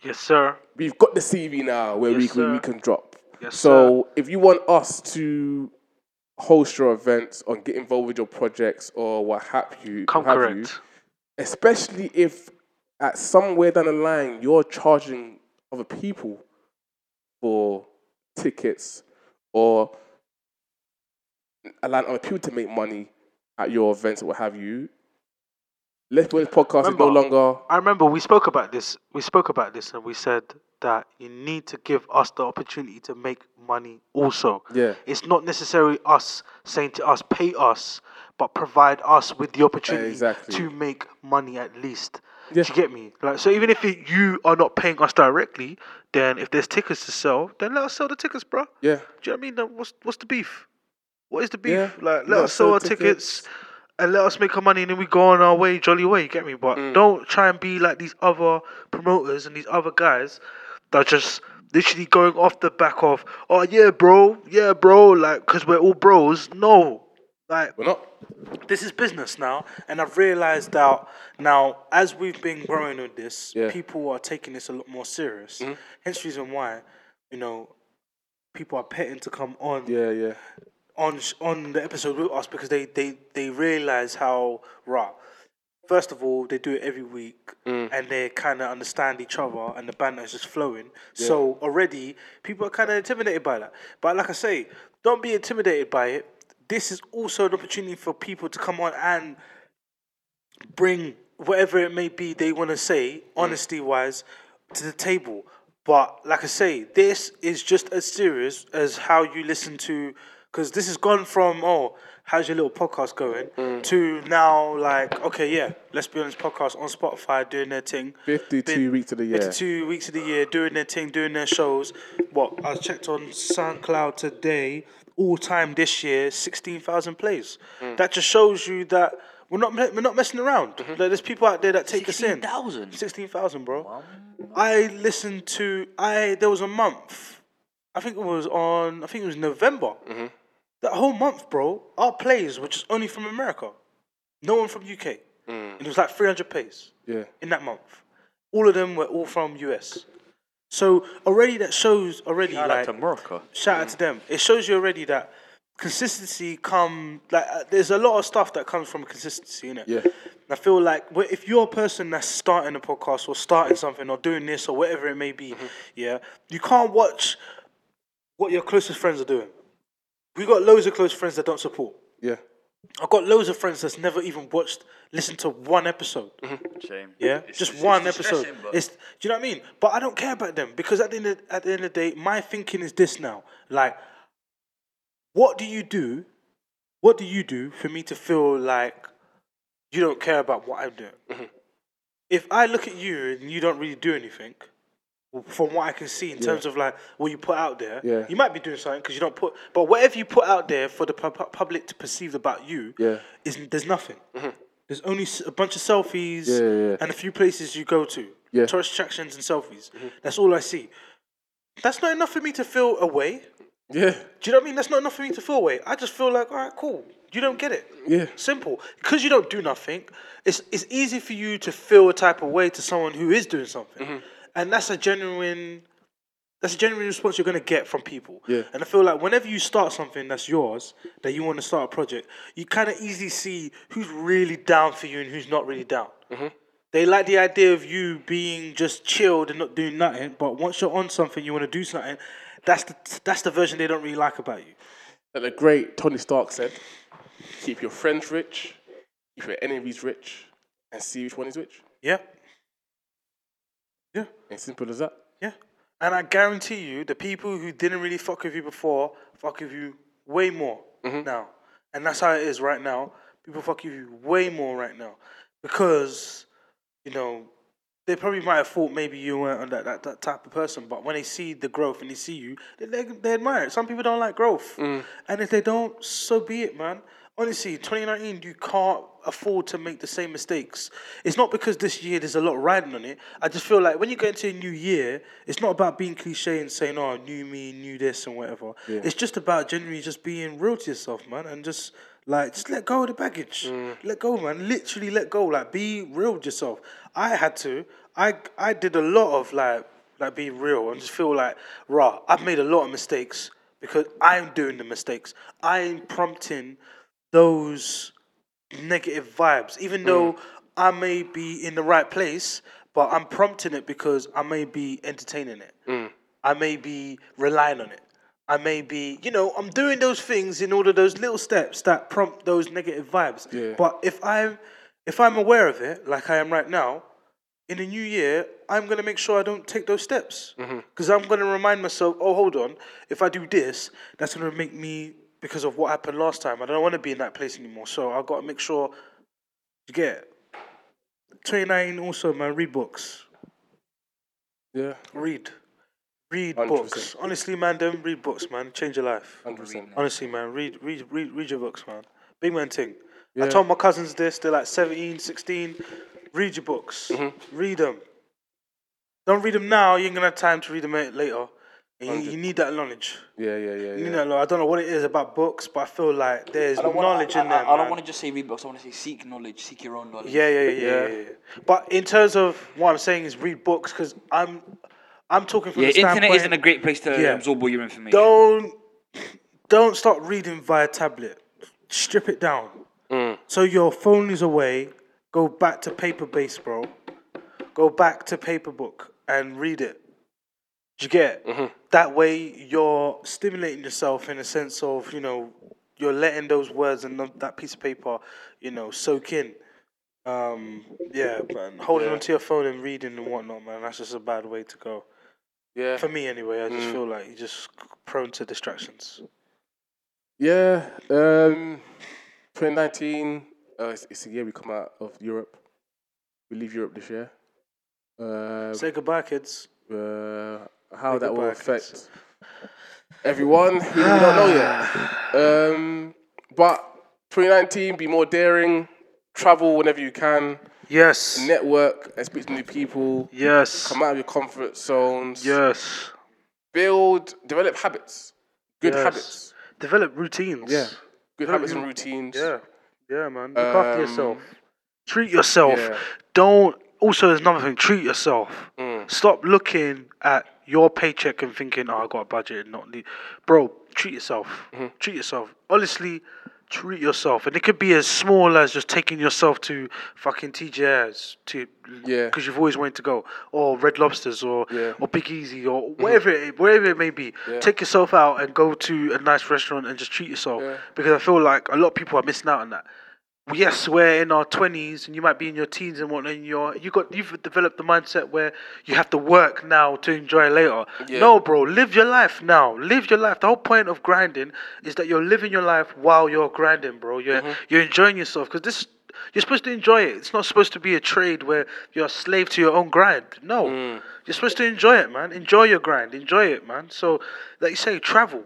D: Yes, sir.
B: We've got the CV now where
D: Yes,
B: we, we, we
D: sir.
B: can drop.
D: Yes,
B: so if you want us to host your events or get involved with your projects or what have you,
D: Come
B: have you,
D: correct.
B: especially if at somewhere down the line you're charging other people for tickets or allowing other people to make money at your events or what have you. Let's Win podcast is no
D: Remember-
B: longer
D: I remember we spoke about this. We spoke about this, and we said that you need to give us the opportunity to make money. Also,
B: Yeah.
D: it's not necessarily us saying to us, "Pay us," but provide us with the opportunity
B: Exactly.
D: to make money at least.
B: Yeah.
D: Do you get me? Like, so even if it, you are not paying us directly, then if there's tickets to sell, then let us sell the tickets, bro.
B: yeah.
D: Do you know what I mean? Then what's what's the beef? What is the beef?
B: Yeah,
D: Like, let
B: let
D: us sell our tickets. and let us make our money, and then we go on our way, jolly way. You get me? But
B: Mm.
D: don't try and be like these other promoters and these other guys that are just literally going off the back of, oh yeah, bro, yeah, bro, like because we're all bros. No, like
B: We're not.
D: this is business now, and I've realized that now as we've been growing on this,
B: Yeah. Mm-hmm.
D: people are taking this a lot more serious. Hence, reason why, you know, people are petting to come on
B: Yeah, yeah.
D: on sh- on the episode with us because they they they realize how raw. First of all, they do it every week, and they kind of understand each other, and the banter is just flowing. So already, people are kind of intimidated by that. But like I say, don't be intimidated by it. This is also an opportunity for people to come on and bring whatever it may be they want to say, honesty wise, to the table. But like I say, this is just as serious as how you listen to, because this has gone from oh, how's your little podcast going,
B: Mm.
D: to now like okay, yeah, let's be honest, podcast on Spotify doing their thing.
B: 52 weeks of the year.
D: 52 weeks of the year doing their thing, doing their shows. What I checked on SoundCloud today, all time this year, 16,000 plays. That just shows you that we're not we're not messing around. Like, there's people out there that take us in.
C: 16,000?
D: 16,000, bro. I listened to I there was a month. I think it was on I think it was November. That whole month, bro, our plays were just only from America. No one from UK. And it was like 300 plays
B: Yeah.
D: in that month. All of them were all from US. So already that shows already like
C: America.
D: shout out to them. It shows you already that consistency come like uh, there's a lot of stuff that comes from consistency, innit?
B: Yeah.
D: And I feel like wh- if you're a person that's starting a podcast or starting something or doing this or whatever it may be, yeah, you can't watch what your closest friends are doing. We got loads of close friends that don't support.
B: Yeah.
D: I've got loads of friends that's never even watched, listened to one episode.
C: Shame.
D: Yeah, just one episode. It's do you know what I mean? But I don't care about them because at the end of, at the end of the day, my thinking is this now: like, what do you do? What do you do for me to feel like you don't care about what I'm doing? If I look at you and you don't really do anything, from what I can see in terms of like what you put out there,
B: Yeah.
D: you might be doing something because you don't put. But whatever you put out there for the pu- pu- public to perceive about you,
B: Yeah.
D: is there's nothing. There's only s- a bunch of selfies
B: yeah, yeah.
D: and a few places you go to.
B: Yeah. Mm-hmm.
D: Tourist attractions and selfies. That's all I see. That's not enough for me to feel away.
B: Yeah.
D: Do you know what I mean? That's not enough for me to feel away. I just feel like, all right, cool. You don't get it.
B: Yeah.
D: Simple. Because you don't do nothing, it's it's easy for you to feel a type of way to someone who is doing something,
B: Mm-hmm.
D: and that's a genuine. That's a genuine response you're gonna get from people.
B: Yeah.
D: And I feel like whenever you start something that's yours, that you want to start a project, you kind of easily see who's really down for you and who's not really down. They like the idea of you being just chilled and not doing nothing, but once you're on something, you want to do something. That's the that's the version they don't really like about you.
B: Like the great Tony Stark said, keep your friends rich, keep your enemies rich, and see which one is which.
D: Yeah. Yeah.
B: As simple as that.
D: Yeah. And I guarantee you, the people who didn't really fuck with you before fuck with you way more now. And that's how it is right now. People fuck with you way more right now because, you know, they probably might have thought maybe you weren't that, that, that type of person, but when they see the growth and they see you, they, they, they admire it. Some people don't like growth. And if they don't, so be it, man. Honestly, 2019, you can't afford to make the same mistakes. It's not because this year there's a lot riding on it. I just feel like when you go into a new year, it's not about being cliche and saying, oh, new me, new this, and whatever. It's just about genuinely just being real to yourself, man, and just like, just let go of the baggage. Let go, man. Literally let go. Like, be real with yourself. I had to. I I did a lot of like like being real and just feel like, rah, I've made a lot of mistakes because I'm doing the mistakes. I'm prompting those negative vibes, even though I may be in the right place, but I'm prompting it because I may be entertaining it. I may be relying on it. I may be, you know, I'm doing those things in order those little steps that prompt those negative vibes.
B: Yeah.
D: But if I'm if I'm aware of it, like I am right now, in the new year, I'm gonna make sure I don't take those steps because I'm gonna remind myself, oh, hold on, if I do this, that's gonna make me because of what happened last time. I don't want to be in that place anymore. So I've got to make sure you get it. 29 also, man, read books.
B: Yeah,
D: Read. Read
B: 100%.
D: books. Honestly, man, don't read books, man. Change your life.
B: 100%.
D: Honestly, man, read, read, read, read your books, man. Big man thing.
B: Yeah.
D: I told my cousins this, they're like 17, 16. Read your books.
C: Mm-hmm.
D: Read them. Don't read them now, you ain't gonna have time to read them later. And you, you need that knowledge.
B: Yeah, yeah, yeah.
D: You
B: yeah.
D: know, like, I don't know what it is about books, but I feel like there's
C: don't wanna-
D: knowledge
C: I-
D: in
C: I-
D: them.
C: I, don't
D: man.
C: want to just say read books. I want to say seek knowledge, seek your own knowledge.
D: Yeah, yeah, yeah, yeah. yeah, yeah. But in terms of what I'm saying is read books because I'm, I'm talking from
C: Yeah,
D: the standpoint.
C: internet isn't a great place to
D: Yeah.
C: absorb all your information.
D: Don't, don't start reading via tablet. Strip it down. So your phone is away. Go back to paper based, bro. Go back to paper book and read it. Do you get? it? That way, you're stimulating yourself in a sense of you know, you're letting those words and th- that piece of paper, you know, soak in. Um, yeah, man. Holding onto your phone and reading and whatnot, man. That's just a bad way to go.
B: yeah.
D: For me, anyway. I just
B: Mm.
D: feel like you're just prone to distractions.
B: Yeah, um, 2019, uh, it's, it's the year we come out of Europe. We leave Europe this year. Uh,
D: Say goodbye, kids.
B: uh, how that will
D: goodbye, kids.
B: affect everyone, we really don't know yet. Um, but 2019, be more daring, travel whenever you can,
D: Yes.
B: network and speak to new people,
D: yes.
B: come out of your comfort zones,
D: Yes.
B: build, develop habits, good
D: Yes.
B: habits,
D: Develop routines.
B: Yeah. good
D: Develop
B: habits and
D: your-
B: routines.
D: Yeah, yeah, man. Look after yourself.
B: Um,
D: Treat yourself.
B: yeah.
D: Don't. Also, there's another thing. Treat yourself.
B: Mm.
D: Stop looking at your paycheck and thinking, "Oh, I got a budget." And not, leave. bro. Treat yourself.
B: Mm-hmm.
D: Treat yourself. Honestly, treat yourself. And it could be as small as just taking yourself to fucking TJ's to
B: Yeah.
D: because you've always wanted to go, or Red Lobsters, or
B: Yeah. Mm-hmm.
D: or Big Easy, or whatever it, wherever it may be. Take yourself out and go to a nice restaurant and just treat yourself
B: Yeah.
D: because I feel like a lot of people are missing out on that. Yes, we're in our twenties, and you might be in your teens and whatnot. And you're you got you've developed the mindset where you have to work now to enjoy later.
B: Yeah.
D: No, bro, live your life now. Live your life. The whole point of grinding is that you're living your life while you're grinding, bro. You're
B: Mm-hmm.
D: you're enjoying yourself because this you're supposed to enjoy it. It's not supposed to be a trade where you're a slave to your own grind. No,
B: Mm.
D: you're supposed to enjoy it, man. Enjoy your grind. Enjoy it, man. So, like you say, travel.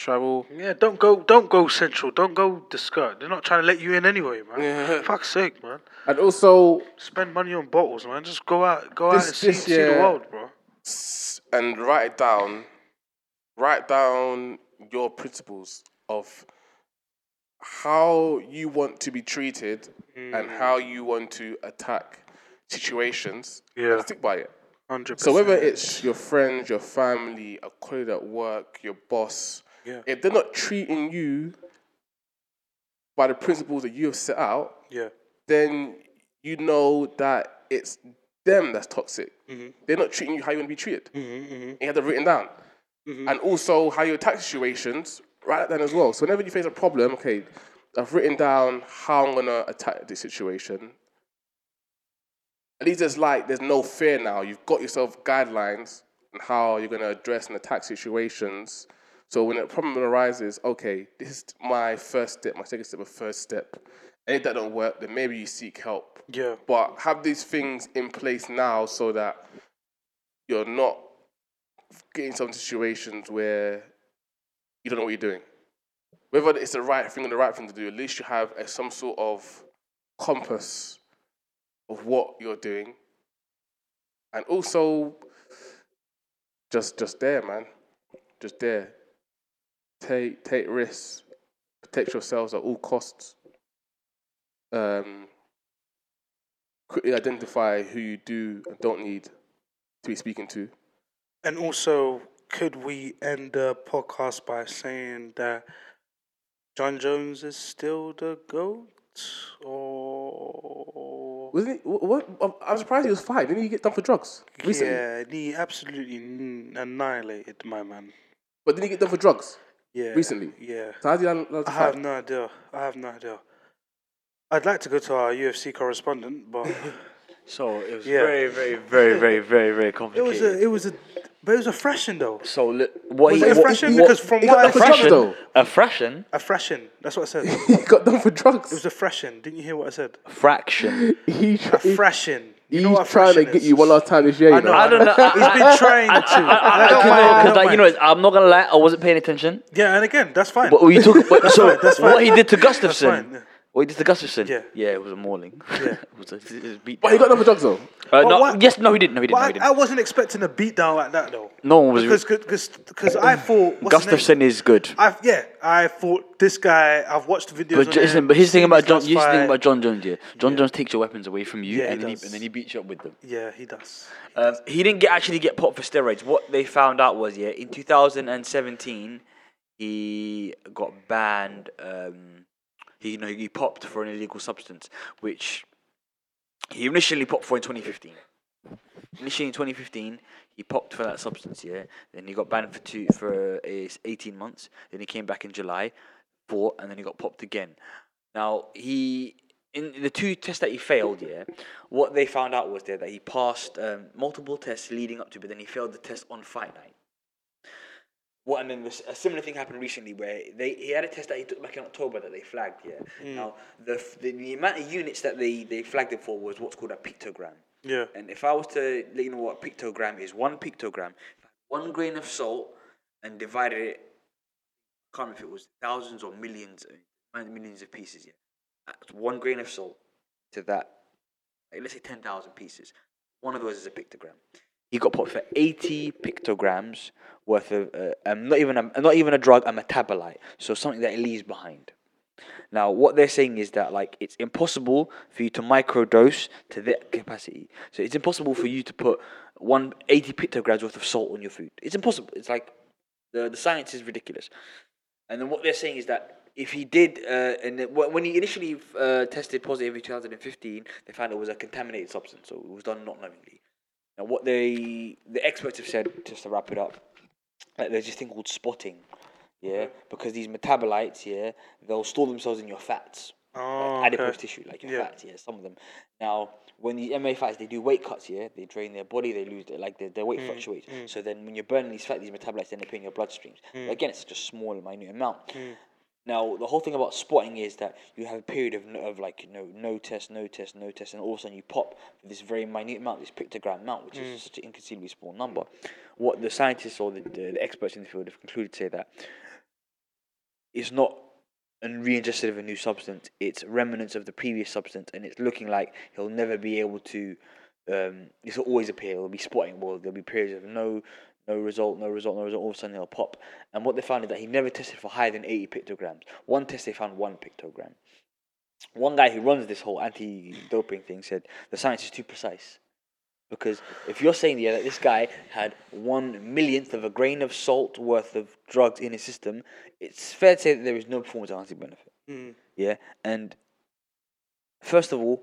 B: Travel,
D: Yeah, don't go, don't go central, don't go the skirt. They're not trying to let you in anyway, man.
B: Yeah.
D: Fuck's sake, man.
B: and also
D: Spend money on bottles, man. Just go out, go
B: This-
D: out and see,
B: this
D: see
B: year-
D: the world, bro.
B: s- and write down write down your principles of how you want to be treated
D: Hmm.
B: and how you want to attack situations.
D: Yeah.
B: and stick by it.
D: 100%.
B: So whether it's your friends, your family, a colleague at work, your boss,
D: Yeah.
B: if they're not treating you by the principles that you have set out,
D: Yeah.
B: then you know that it's them that's toxic. They're not treating you how you want to be treated. You have that written down. And also how you attack situations, write that down as well. So whenever you face a problem, okay, I've written down how I'm gonna attack this situation. At least there's like there's no fear now. You've got yourself guidelines on how you're gonna address and attack situations. So when a problem arises, okay, this is my first step, my second step, my first step. And if that don't work, then maybe you seek help.
D: Yeah.
B: But have these things in place now so that you're not getting some situations where you don't know what you're doing. Whether it's the right thing or the right thing to do, at least you have a, some sort of compass of what you're doing. And also, just just there, man. Just there. Take take risks. Protect yourselves at all costs. Um, quickly identify who you do and don't need to be speaking to.
D: And also, could we end the podcast by saying that John Jones is still the GOAT? Or.
B: Wasn't he? wh- What? I'm- I'm surprised he was fired. Didn't he get done for drugs recently?
D: Yeah, and he absolutely n- annihilated my man.
B: But didn't he get done for drugs?
D: Yeah.
B: Recently?
D: Yeah.
B: So how did he land- land to
D: I have
B: fired?
D: no idea. I have no idea. I'd like to go to our UFC correspondent, but
F: So it was
D: Yeah.
F: very, very, very, very, very, very
D: it was
F: complicated.
D: a, it was a, but it was a freshen though.
F: so li- what
D: Was
F: he,
D: it a
F: what-
D: freshen?
F: what-
D: Because from
B: he
D: what
B: got
D: I
B: that for drugs
D: said,
B: though.
F: a freshen
D: a freshen. That's what I said. It
B: He got done for drugs.
D: was a freshen. Didn't you hear what I said?
F: fraction.
B: He,
D: A
B: he-
D: freshen. You
B: he's
D: know what a
B: trying to
D: freshen
B: get
D: is?
B: you one last time this year.
D: I
B: you
D: know.
B: know?
F: I don't know. I-
D: He's
F: I-
D: been trying to. And I don't mind, I
F: Because
D: don't
F: like you know,
D: mind.
F: I'm not gonna lie, I wasn't paying attention.
D: Yeah, and again, that's fine.
F: But we took but, so
D: fine, that's
F: what
D: fine.
F: he did to
D: That's
F: Gustafsson.
D: fine, yeah.
F: What he did to Gustafsson?
D: Yeah.
F: yeah, it was a mauling.
D: Yeah.
F: it was a, it was a beat.
B: But he got done for drugs though.
F: Uh,
D: But
F: no,
D: what-
F: yes, no, he didn't. No, he didn't.
D: But
F: No,
D: I,
F: he
D: I
F: didn't.
D: wasn't expecting a beatdown like that though.
F: No one was.
D: Because because I thought what's his name?
F: Gustafsson is good.
D: I yeah, I thought this guy. I've watched the videos.
F: But
D: on
F: ju- listen,
D: him,
F: but here's the thing
D: seen
F: about
D: his
F: John.
D: last
F: Here's the thing
D: fight.
F: about John Jones. Yeah, John Jones takes your weapons away from you,
D: Yeah, he
F: and, then he,
D: does.
F: and then he beats you up with them.
D: Yeah, he does.
F: Um, he didn't get actually get popped for steroids. What they found out was, yeah, in 2017, he got banned. Um, he you know he popped for an illegal substance, which he initially popped for in 2015. Initially in 2015, he popped for that substance, yeah. Then he got banned for two for uh, is 18 months. Then he came back in July, fought, and then he got popped again. Now he in the two tests that he failed, yeah, what they found out was there that he passed um, multiple tests leading up to, but then he failed the test on fight night. What and then this, a similar thing happened recently where they he had a test that he took back in October that they flagged. Yeah. Now the, f- the the amount of units that they they flagged it for was what's called a pictogram.
D: Yeah.
F: And if I was to let you know what a pictogram is, one pictogram, one grain of salt, and divided it, I can't remember if it was thousands or millions, uh, millions of pieces. Yeah. That's one grain of salt to that, like, let's say ten thousand pieces. One of those is a pictogram. He got popped for eighty pictograms worth of uh, um, not even a, not even a drug, a metabolite. So something that he leaves behind. Now, what they're saying is that like it's impossible for you to microdose to that capacity. So it's impossible for you to put one eighty pictograms worth of salt on your food. It's impossible. It's like the the science is ridiculous. And then what they're saying is that if he did, uh, and it- wh- when he initially uh, tested positive in 2015, they found it was a contaminated substance, so it was done not knowingly. Now, what they the experts have said, just to wrap it up, like there's this thing called spotting, yeah, because these metabolites, yeah, they'll store themselves in your fats
D: Oh,
F: like adipose
D: okay.
F: tissue, like your
D: Yeah.
F: fats, yeah, some of them. Now, when the MMA fighters, they do weight cuts, yeah, they drain their body, they lose, their, like their, their
D: Mm,
F: weight fluctuates. So then when you're burning these fat, these metabolites end up in your bloodstreams.
D: Mm.
F: But Again, it's such a small and minute amount. Now, the whole thing about spotting is that you have a period of, no, of like, you know, no test, no test, no test, and all of a sudden you pop this very minute amount, this pictogram amount, which
D: Mm.
F: is such an inconceivably small number. What the scientists or the, the, the experts in the field have concluded say that it's not and re-ingested of a new substance. It's remnants of the previous substance, and it's looking like he'll never be able to. Um, this will always appear. There'll be spotting. Well, there'll be periods of no no result, no result, no result. All of a sudden, he'll pop. And what they found is that he never tested for higher than 80 pictograms. One test, they found one pictogram. One guy who runs this whole anti doping thing said the science is too precise. Because if you're saying yeah, that this guy had one millionth of a grain of salt worth of drugs in his system, it's fair to say that there is no performance enhancing benefit. Yeah, and first of all,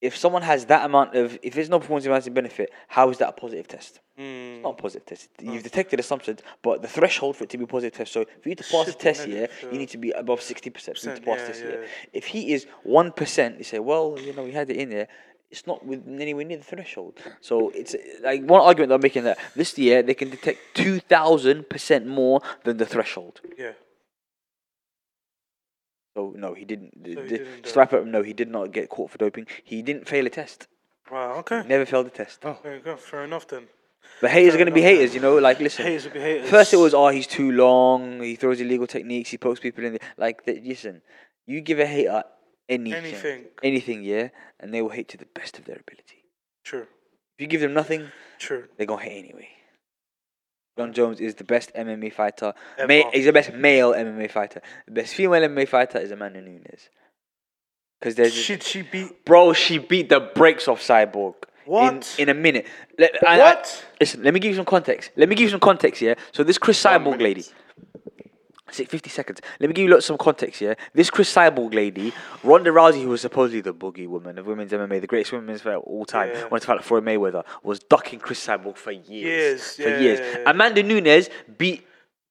F: if someone has that amount of, if there's no performance enhancing benefit, how is that a positive test?
D: Hmm,
F: It's not a positive test. You've detected a substance, but the threshold for it to be a positive test. So for you to pass the
D: Should be
F: test here,
D: negative,
F: you need to be above sixty percent. You need to pass
D: yeah,
F: this
D: yeah.
F: year. If he is one percent, you say, well, you know, he had it in there. It's not with anywhere near the threshold. So it's uh, like one argument they're making that this year they can detect two thousand percent more than the threshold.
D: Yeah.
F: So no, he didn't. d-
D: So he
F: d-
D: didn't uh, do it.
F: slap at him. No, he did not get caught for doping. He didn't fail a test.
D: Wow. Okay.
F: Never failed a test.
D: There you go. Fair enough then.
F: But haters are
D: Oh. Fair
F: going to be
D: enough.
F: haters, you know. Like, listen.
D: Haters will be haters.
F: First, it was oh, he's too long. He throws illegal techniques. He pokes people in the like. Th- listen, you give a hater anything,
D: Anything.
F: anything, yeah, and they will hate to the best of their ability.
D: True.
F: If you give them nothing,
D: True.
F: they're gonna hate anyway. John Jones is the best MMA fighter.
D: Ever.
F: Ma- he's the best male MMA fighter. The best female MMA fighter is Amanda Nunes. Because there's this-
D: Should she be?
F: Bro, she beat the brakes off Cyborg. in-
D: What?
F: In, a minute. Let, I- I-
D: What?
F: listen, let me give you some context. Let me give you some context, yeah? So this Chris Cyborg lady. Six, 50 seconds. Let me give you lot some context here. This Chris Cyborg lady, Ronda Rousey, who was supposedly the boogie woman of women's MMA, the greatest women's fighter of all time,
D: Yeah.
F: wanted to fight like Floyd Mayweather, was ducking Chris Cyborg for years.
D: Years,
F: For
D: yeah,
F: years.
D: yeah, yeah.
F: Amanda Nunes beat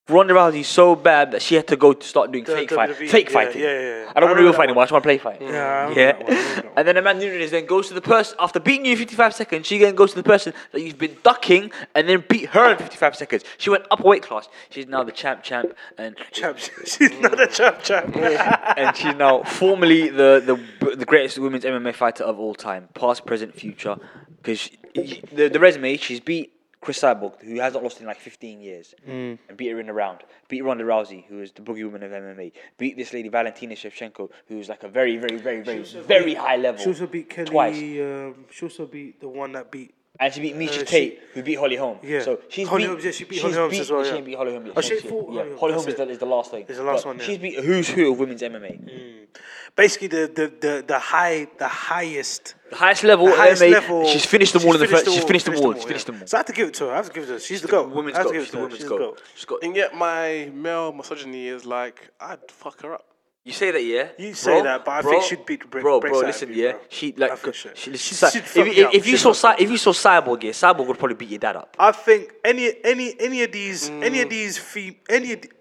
F: Ronda Rousey so bad that she had to go to start doing
D: The
F: fake fight,
D: WWE,
F: fake
D: yeah,
F: fighting.
D: yeah, yeah, yeah.
F: I don't
D: I
F: want to real
D: remember that
F: fight anymore. I
D: one.
F: just want to play fight.
D: Yeah.
F: Yeah. And then Amanda Nunes then goes to the person after beating you in 55 seconds. She then goes to the person that you've been ducking and then beat her in 55 seconds. She went up a weight class. She's now the champ, champ, and
D: Champ. She's not a champ. Champ.
F: and she's now formerly the, the the greatest women's MMA fighter of all time, past, present, future. Because the the resume, she's beat Chris Cyborg, who has not lost in like 15 years,
D: Mm.
F: and beat her in a round. Beat Ronda Rousey, who is the boogie woman of MMA. Beat this lady Valentina Shevchenko, who's like a very, very, very, very, very high level.
D: She also beat Kelly.
F: twice.
D: Um, she also beat the one that beat.
F: And she beat Misha
D: Uh, she-
F: Tate, who beat Holly Holm.
D: Yeah.
F: So she's
D: Holly
F: beat,
D: Holmes, yeah, she beat
F: she's
D: Holly Holmes as well,
F: She
D: yeah.
F: didn't beat Holly Holm yet.
D: Oh, she fought
F: yeah.
D: Holly Holm,
F: Holly
D: that's
F: Holm is
D: it.
F: the, is the last thing.
D: It's the last
F: But
D: one, yeah. Mm.
F: She's beat a who's who of women's MMA.
D: Basically, the the the, the high the highest.
F: The highest level
D: the highest
F: MMA.
D: level.
F: She's finished them all in the
D: finished
F: first. She's finished them all. She's
D: yeah.
F: finished them all.
D: So I have to give it to her. I have to give it to her. She's the goat.
F: Women's
D: I have
F: goal.
D: to give it
F: She's the
D: to her.
F: women's
D: She's the
F: goal.
D: goat.
F: She's got.
B: And yet my male misogyny is like, I'd fuck her up.
F: You say that, yeah.
D: You say that, but I think she'd beat the break-
F: Bro,
D: breaks
F: bro,
D: out of
F: listen,
D: you,
F: yeah.
D: bro.
F: She
D: I
F: like.
D: think so.
F: She,
D: She'd-
F: she,
D: she'd
F: if,
D: fuck me
F: if,
D: up.
F: if you
D: She'd
F: saw
D: fuck me
F: Cy,
D: up.
F: if you saw Cyborg, yeah, Cyborg would probably beat your dad up.
D: I think any any any of these any
F: Mm.
D: of these fee, any of the-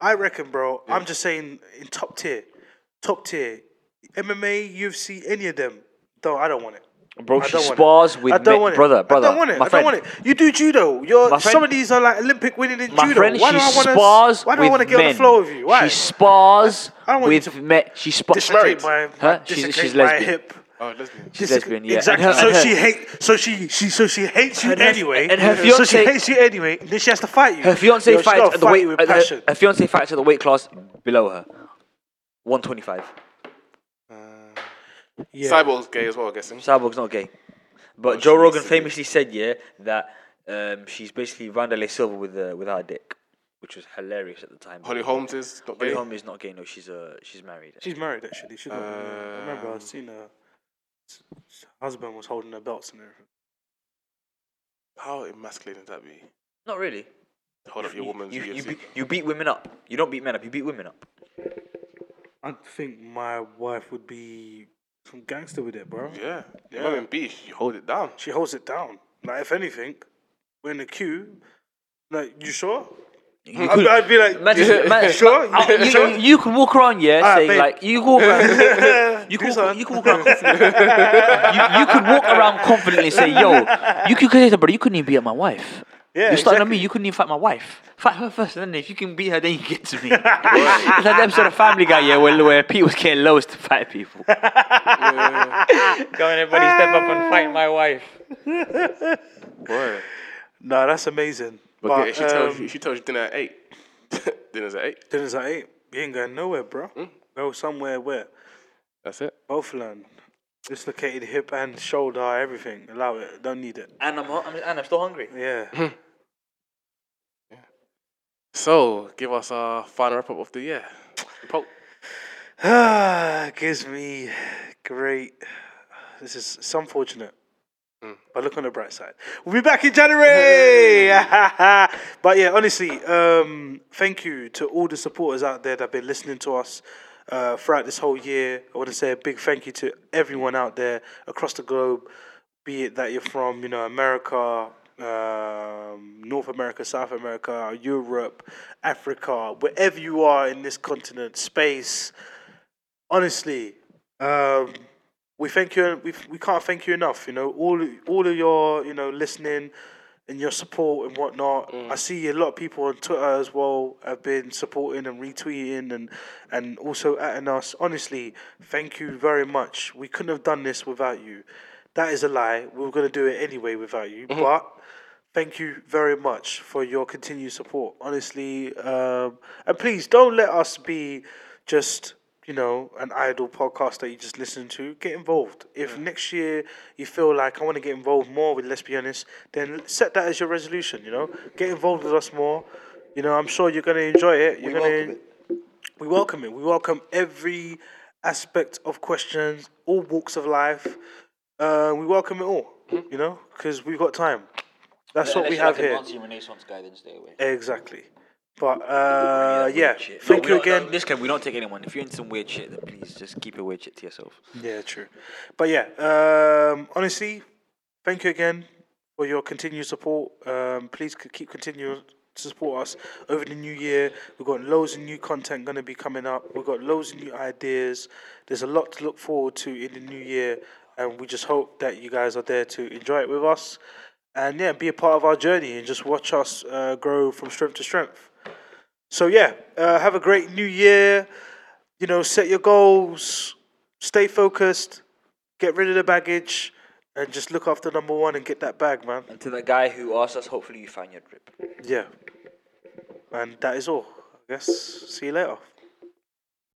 D: I reckon, bro. I'm just saying in top tier, top tier, MMA, UFC, any of them. Though I don't want it.
F: Bro,
D: I
F: Oh, she
D: don't want
F: spars
D: it.
F: with
D: I
F: men-
D: don't want it.
F: brother, brother.
D: I don't want it.
F: My
D: I
F: friend.
D: don't want it. You do judo. You're
F: My friend-
D: some of these are like Olympic winning in
F: My
D: judo.
F: friend,
D: why
F: she
D: do I wanna,
F: spars
D: Why do
F: with
D: I want to get
F: men.
D: on the floor with you? Why?
F: She spars
D: I don't want you
F: with
D: to
F: men. She spars.
B: married.
D: My,
F: Huh?
D: my
F: She's,
D: dislocate
F: she's
D: my
F: lesbian.
D: hip.
B: Oh, lesbian.
F: She's
D: Disloc-
F: lesbian. Yeah.
D: Exactly.
F: And her-
D: so
F: and her-
D: she hate. So she she so she hates you
F: And her-
D: anyway.
F: and her
D: so she
F: fiancé-
D: hates you anyway. Then she has to fight you.
F: Her fiance
D: Yo, she gotta
F: fights at the
D: fight
F: weight.
D: you with
F: at her-
D: passion.
F: her fiance fights at the weight class below her, one twenty-five.
D: Uh, Yeah.
B: Cyborg's gay as well, I'm guessing.
F: Cyborg's not gay, but Joe Rogan famously said, yeah, that um, she's basically Vandalay Silva with uh, without a dick, which was hilarious at the time.
B: Holly Holmes is not
F: Holly
B: gay.
F: Holm is not gay. No, she's uh, she's married.
D: She's married actually. She's got, I remember I've seen her. s- s- Husband was holding her belts and everything.
B: How emasculating that be?
F: Not really.
B: Hold up your woman's
F: You, you,
B: UFC.
F: beat, you beat women up. You don't beat men up. You beat women up.
D: I think my wife would be some gangster with it, bro.
B: Yeah. Your mum and B, you hold it down.
D: She holds it down. Like if anything, we're in a queue. Like you sure?
F: You
D: I'd,
F: could-
D: I'd be like,
F: Imagine-
D: you
F: imagine-
D: sure?
F: Oh,
D: You sure?
F: you, you can walk around, yeah,
D: Ah,
F: saying
D: babe.
F: like you walk around, you,
D: Do
F: can walk,
D: something.
F: you can walk around confidently. you, you could walk around confidently and say, "Yo, you could say, bro, you couldn't even beat up my wife.
D: Yeah,
F: You're starting on me.
D: exactly.
F: You couldn't even fight my wife. Fight her first, and then if you can beat her, then you get to me." it's like that episode of Family Guy, yeah, where, where Pete was getting lowest to fight people. Go on, everybody, step up and fight my wife.
D: No, that's amazing. But,
B: But, yeah, if she tells
D: um,
B: you, if she tells you dinner at eight. Dinner's at eight.
D: Dinner's at eight. You ain't going nowhere, bro.
B: Hmm?
D: Go somewhere where
B: That's it.
D: both learn. Dislocated hip and shoulder, everything. Allow it. Don't need it.
F: And I'm, hu- I'm, and I'm still hungry.
D: Yeah.
B: So, give us our final wrap up of the year. Pope.
D: Ah, gives me great. This is it's unfortunate, but look on the bright side. We'll be back in January. but yeah, honestly, um, thank you to all the supporters out there that have been listening to us uh, throughout this whole year. I want to say a big thank you to everyone out there across the globe, be it that you're from you know America. Um, North America, South America, Europe, Africa, wherever you are in this continent, space, honestly, um, we thank you. We we can't thank you enough. You know, all all of your you know listening and your support and whatnot. I see a lot of people on Twitter as well have been supporting and retweeting and and also atting us. Honestly, thank you very much. We couldn't have done this without you. That is a lie. We were gonna do it anyway without you, but thank you very much for your continued support. Honestly, um, and please don't let us be just you know an idle podcast that you just listen to. Get involved. If next year you feel like I want to get involved more with Let's Be Honest, then set that as your resolution. You know, get involved with us more. You know, I'm sure you're gonna enjoy it. You're gonna
C: welcome it.
D: we welcome it. We welcome every aspect of questions, all walks of life. Uh, we welcome it all,
C: Hmm?
D: you know, because we've got time. That's what we have here.
C: Renaissance guy, then stay away.
D: Exactly. But uh, yeah, thank you again.
C: This can we don't take anyone. If you're into some weird shit, then please just keep your weird shit to yourself.
D: Yeah, true. But yeah, um, honestly, thank you again for your continued support. Um, please c- keep continuing to support us over the new year. We've got loads of new content going to be coming up. We've got loads of new ideas. There's a lot to look forward to in the new year, and we just hope that you guys are there to enjoy it with us. And yeah, be a part of our journey and just watch us uh, grow from strength to strength. So yeah, uh, have a great new year. You know, set your goals, stay focused, get rid of the baggage, and just look after number one and get that bag, man.
C: And to the guy who asked us, hopefully you find your drip.
D: Yeah. And that is all. I guess. See you later.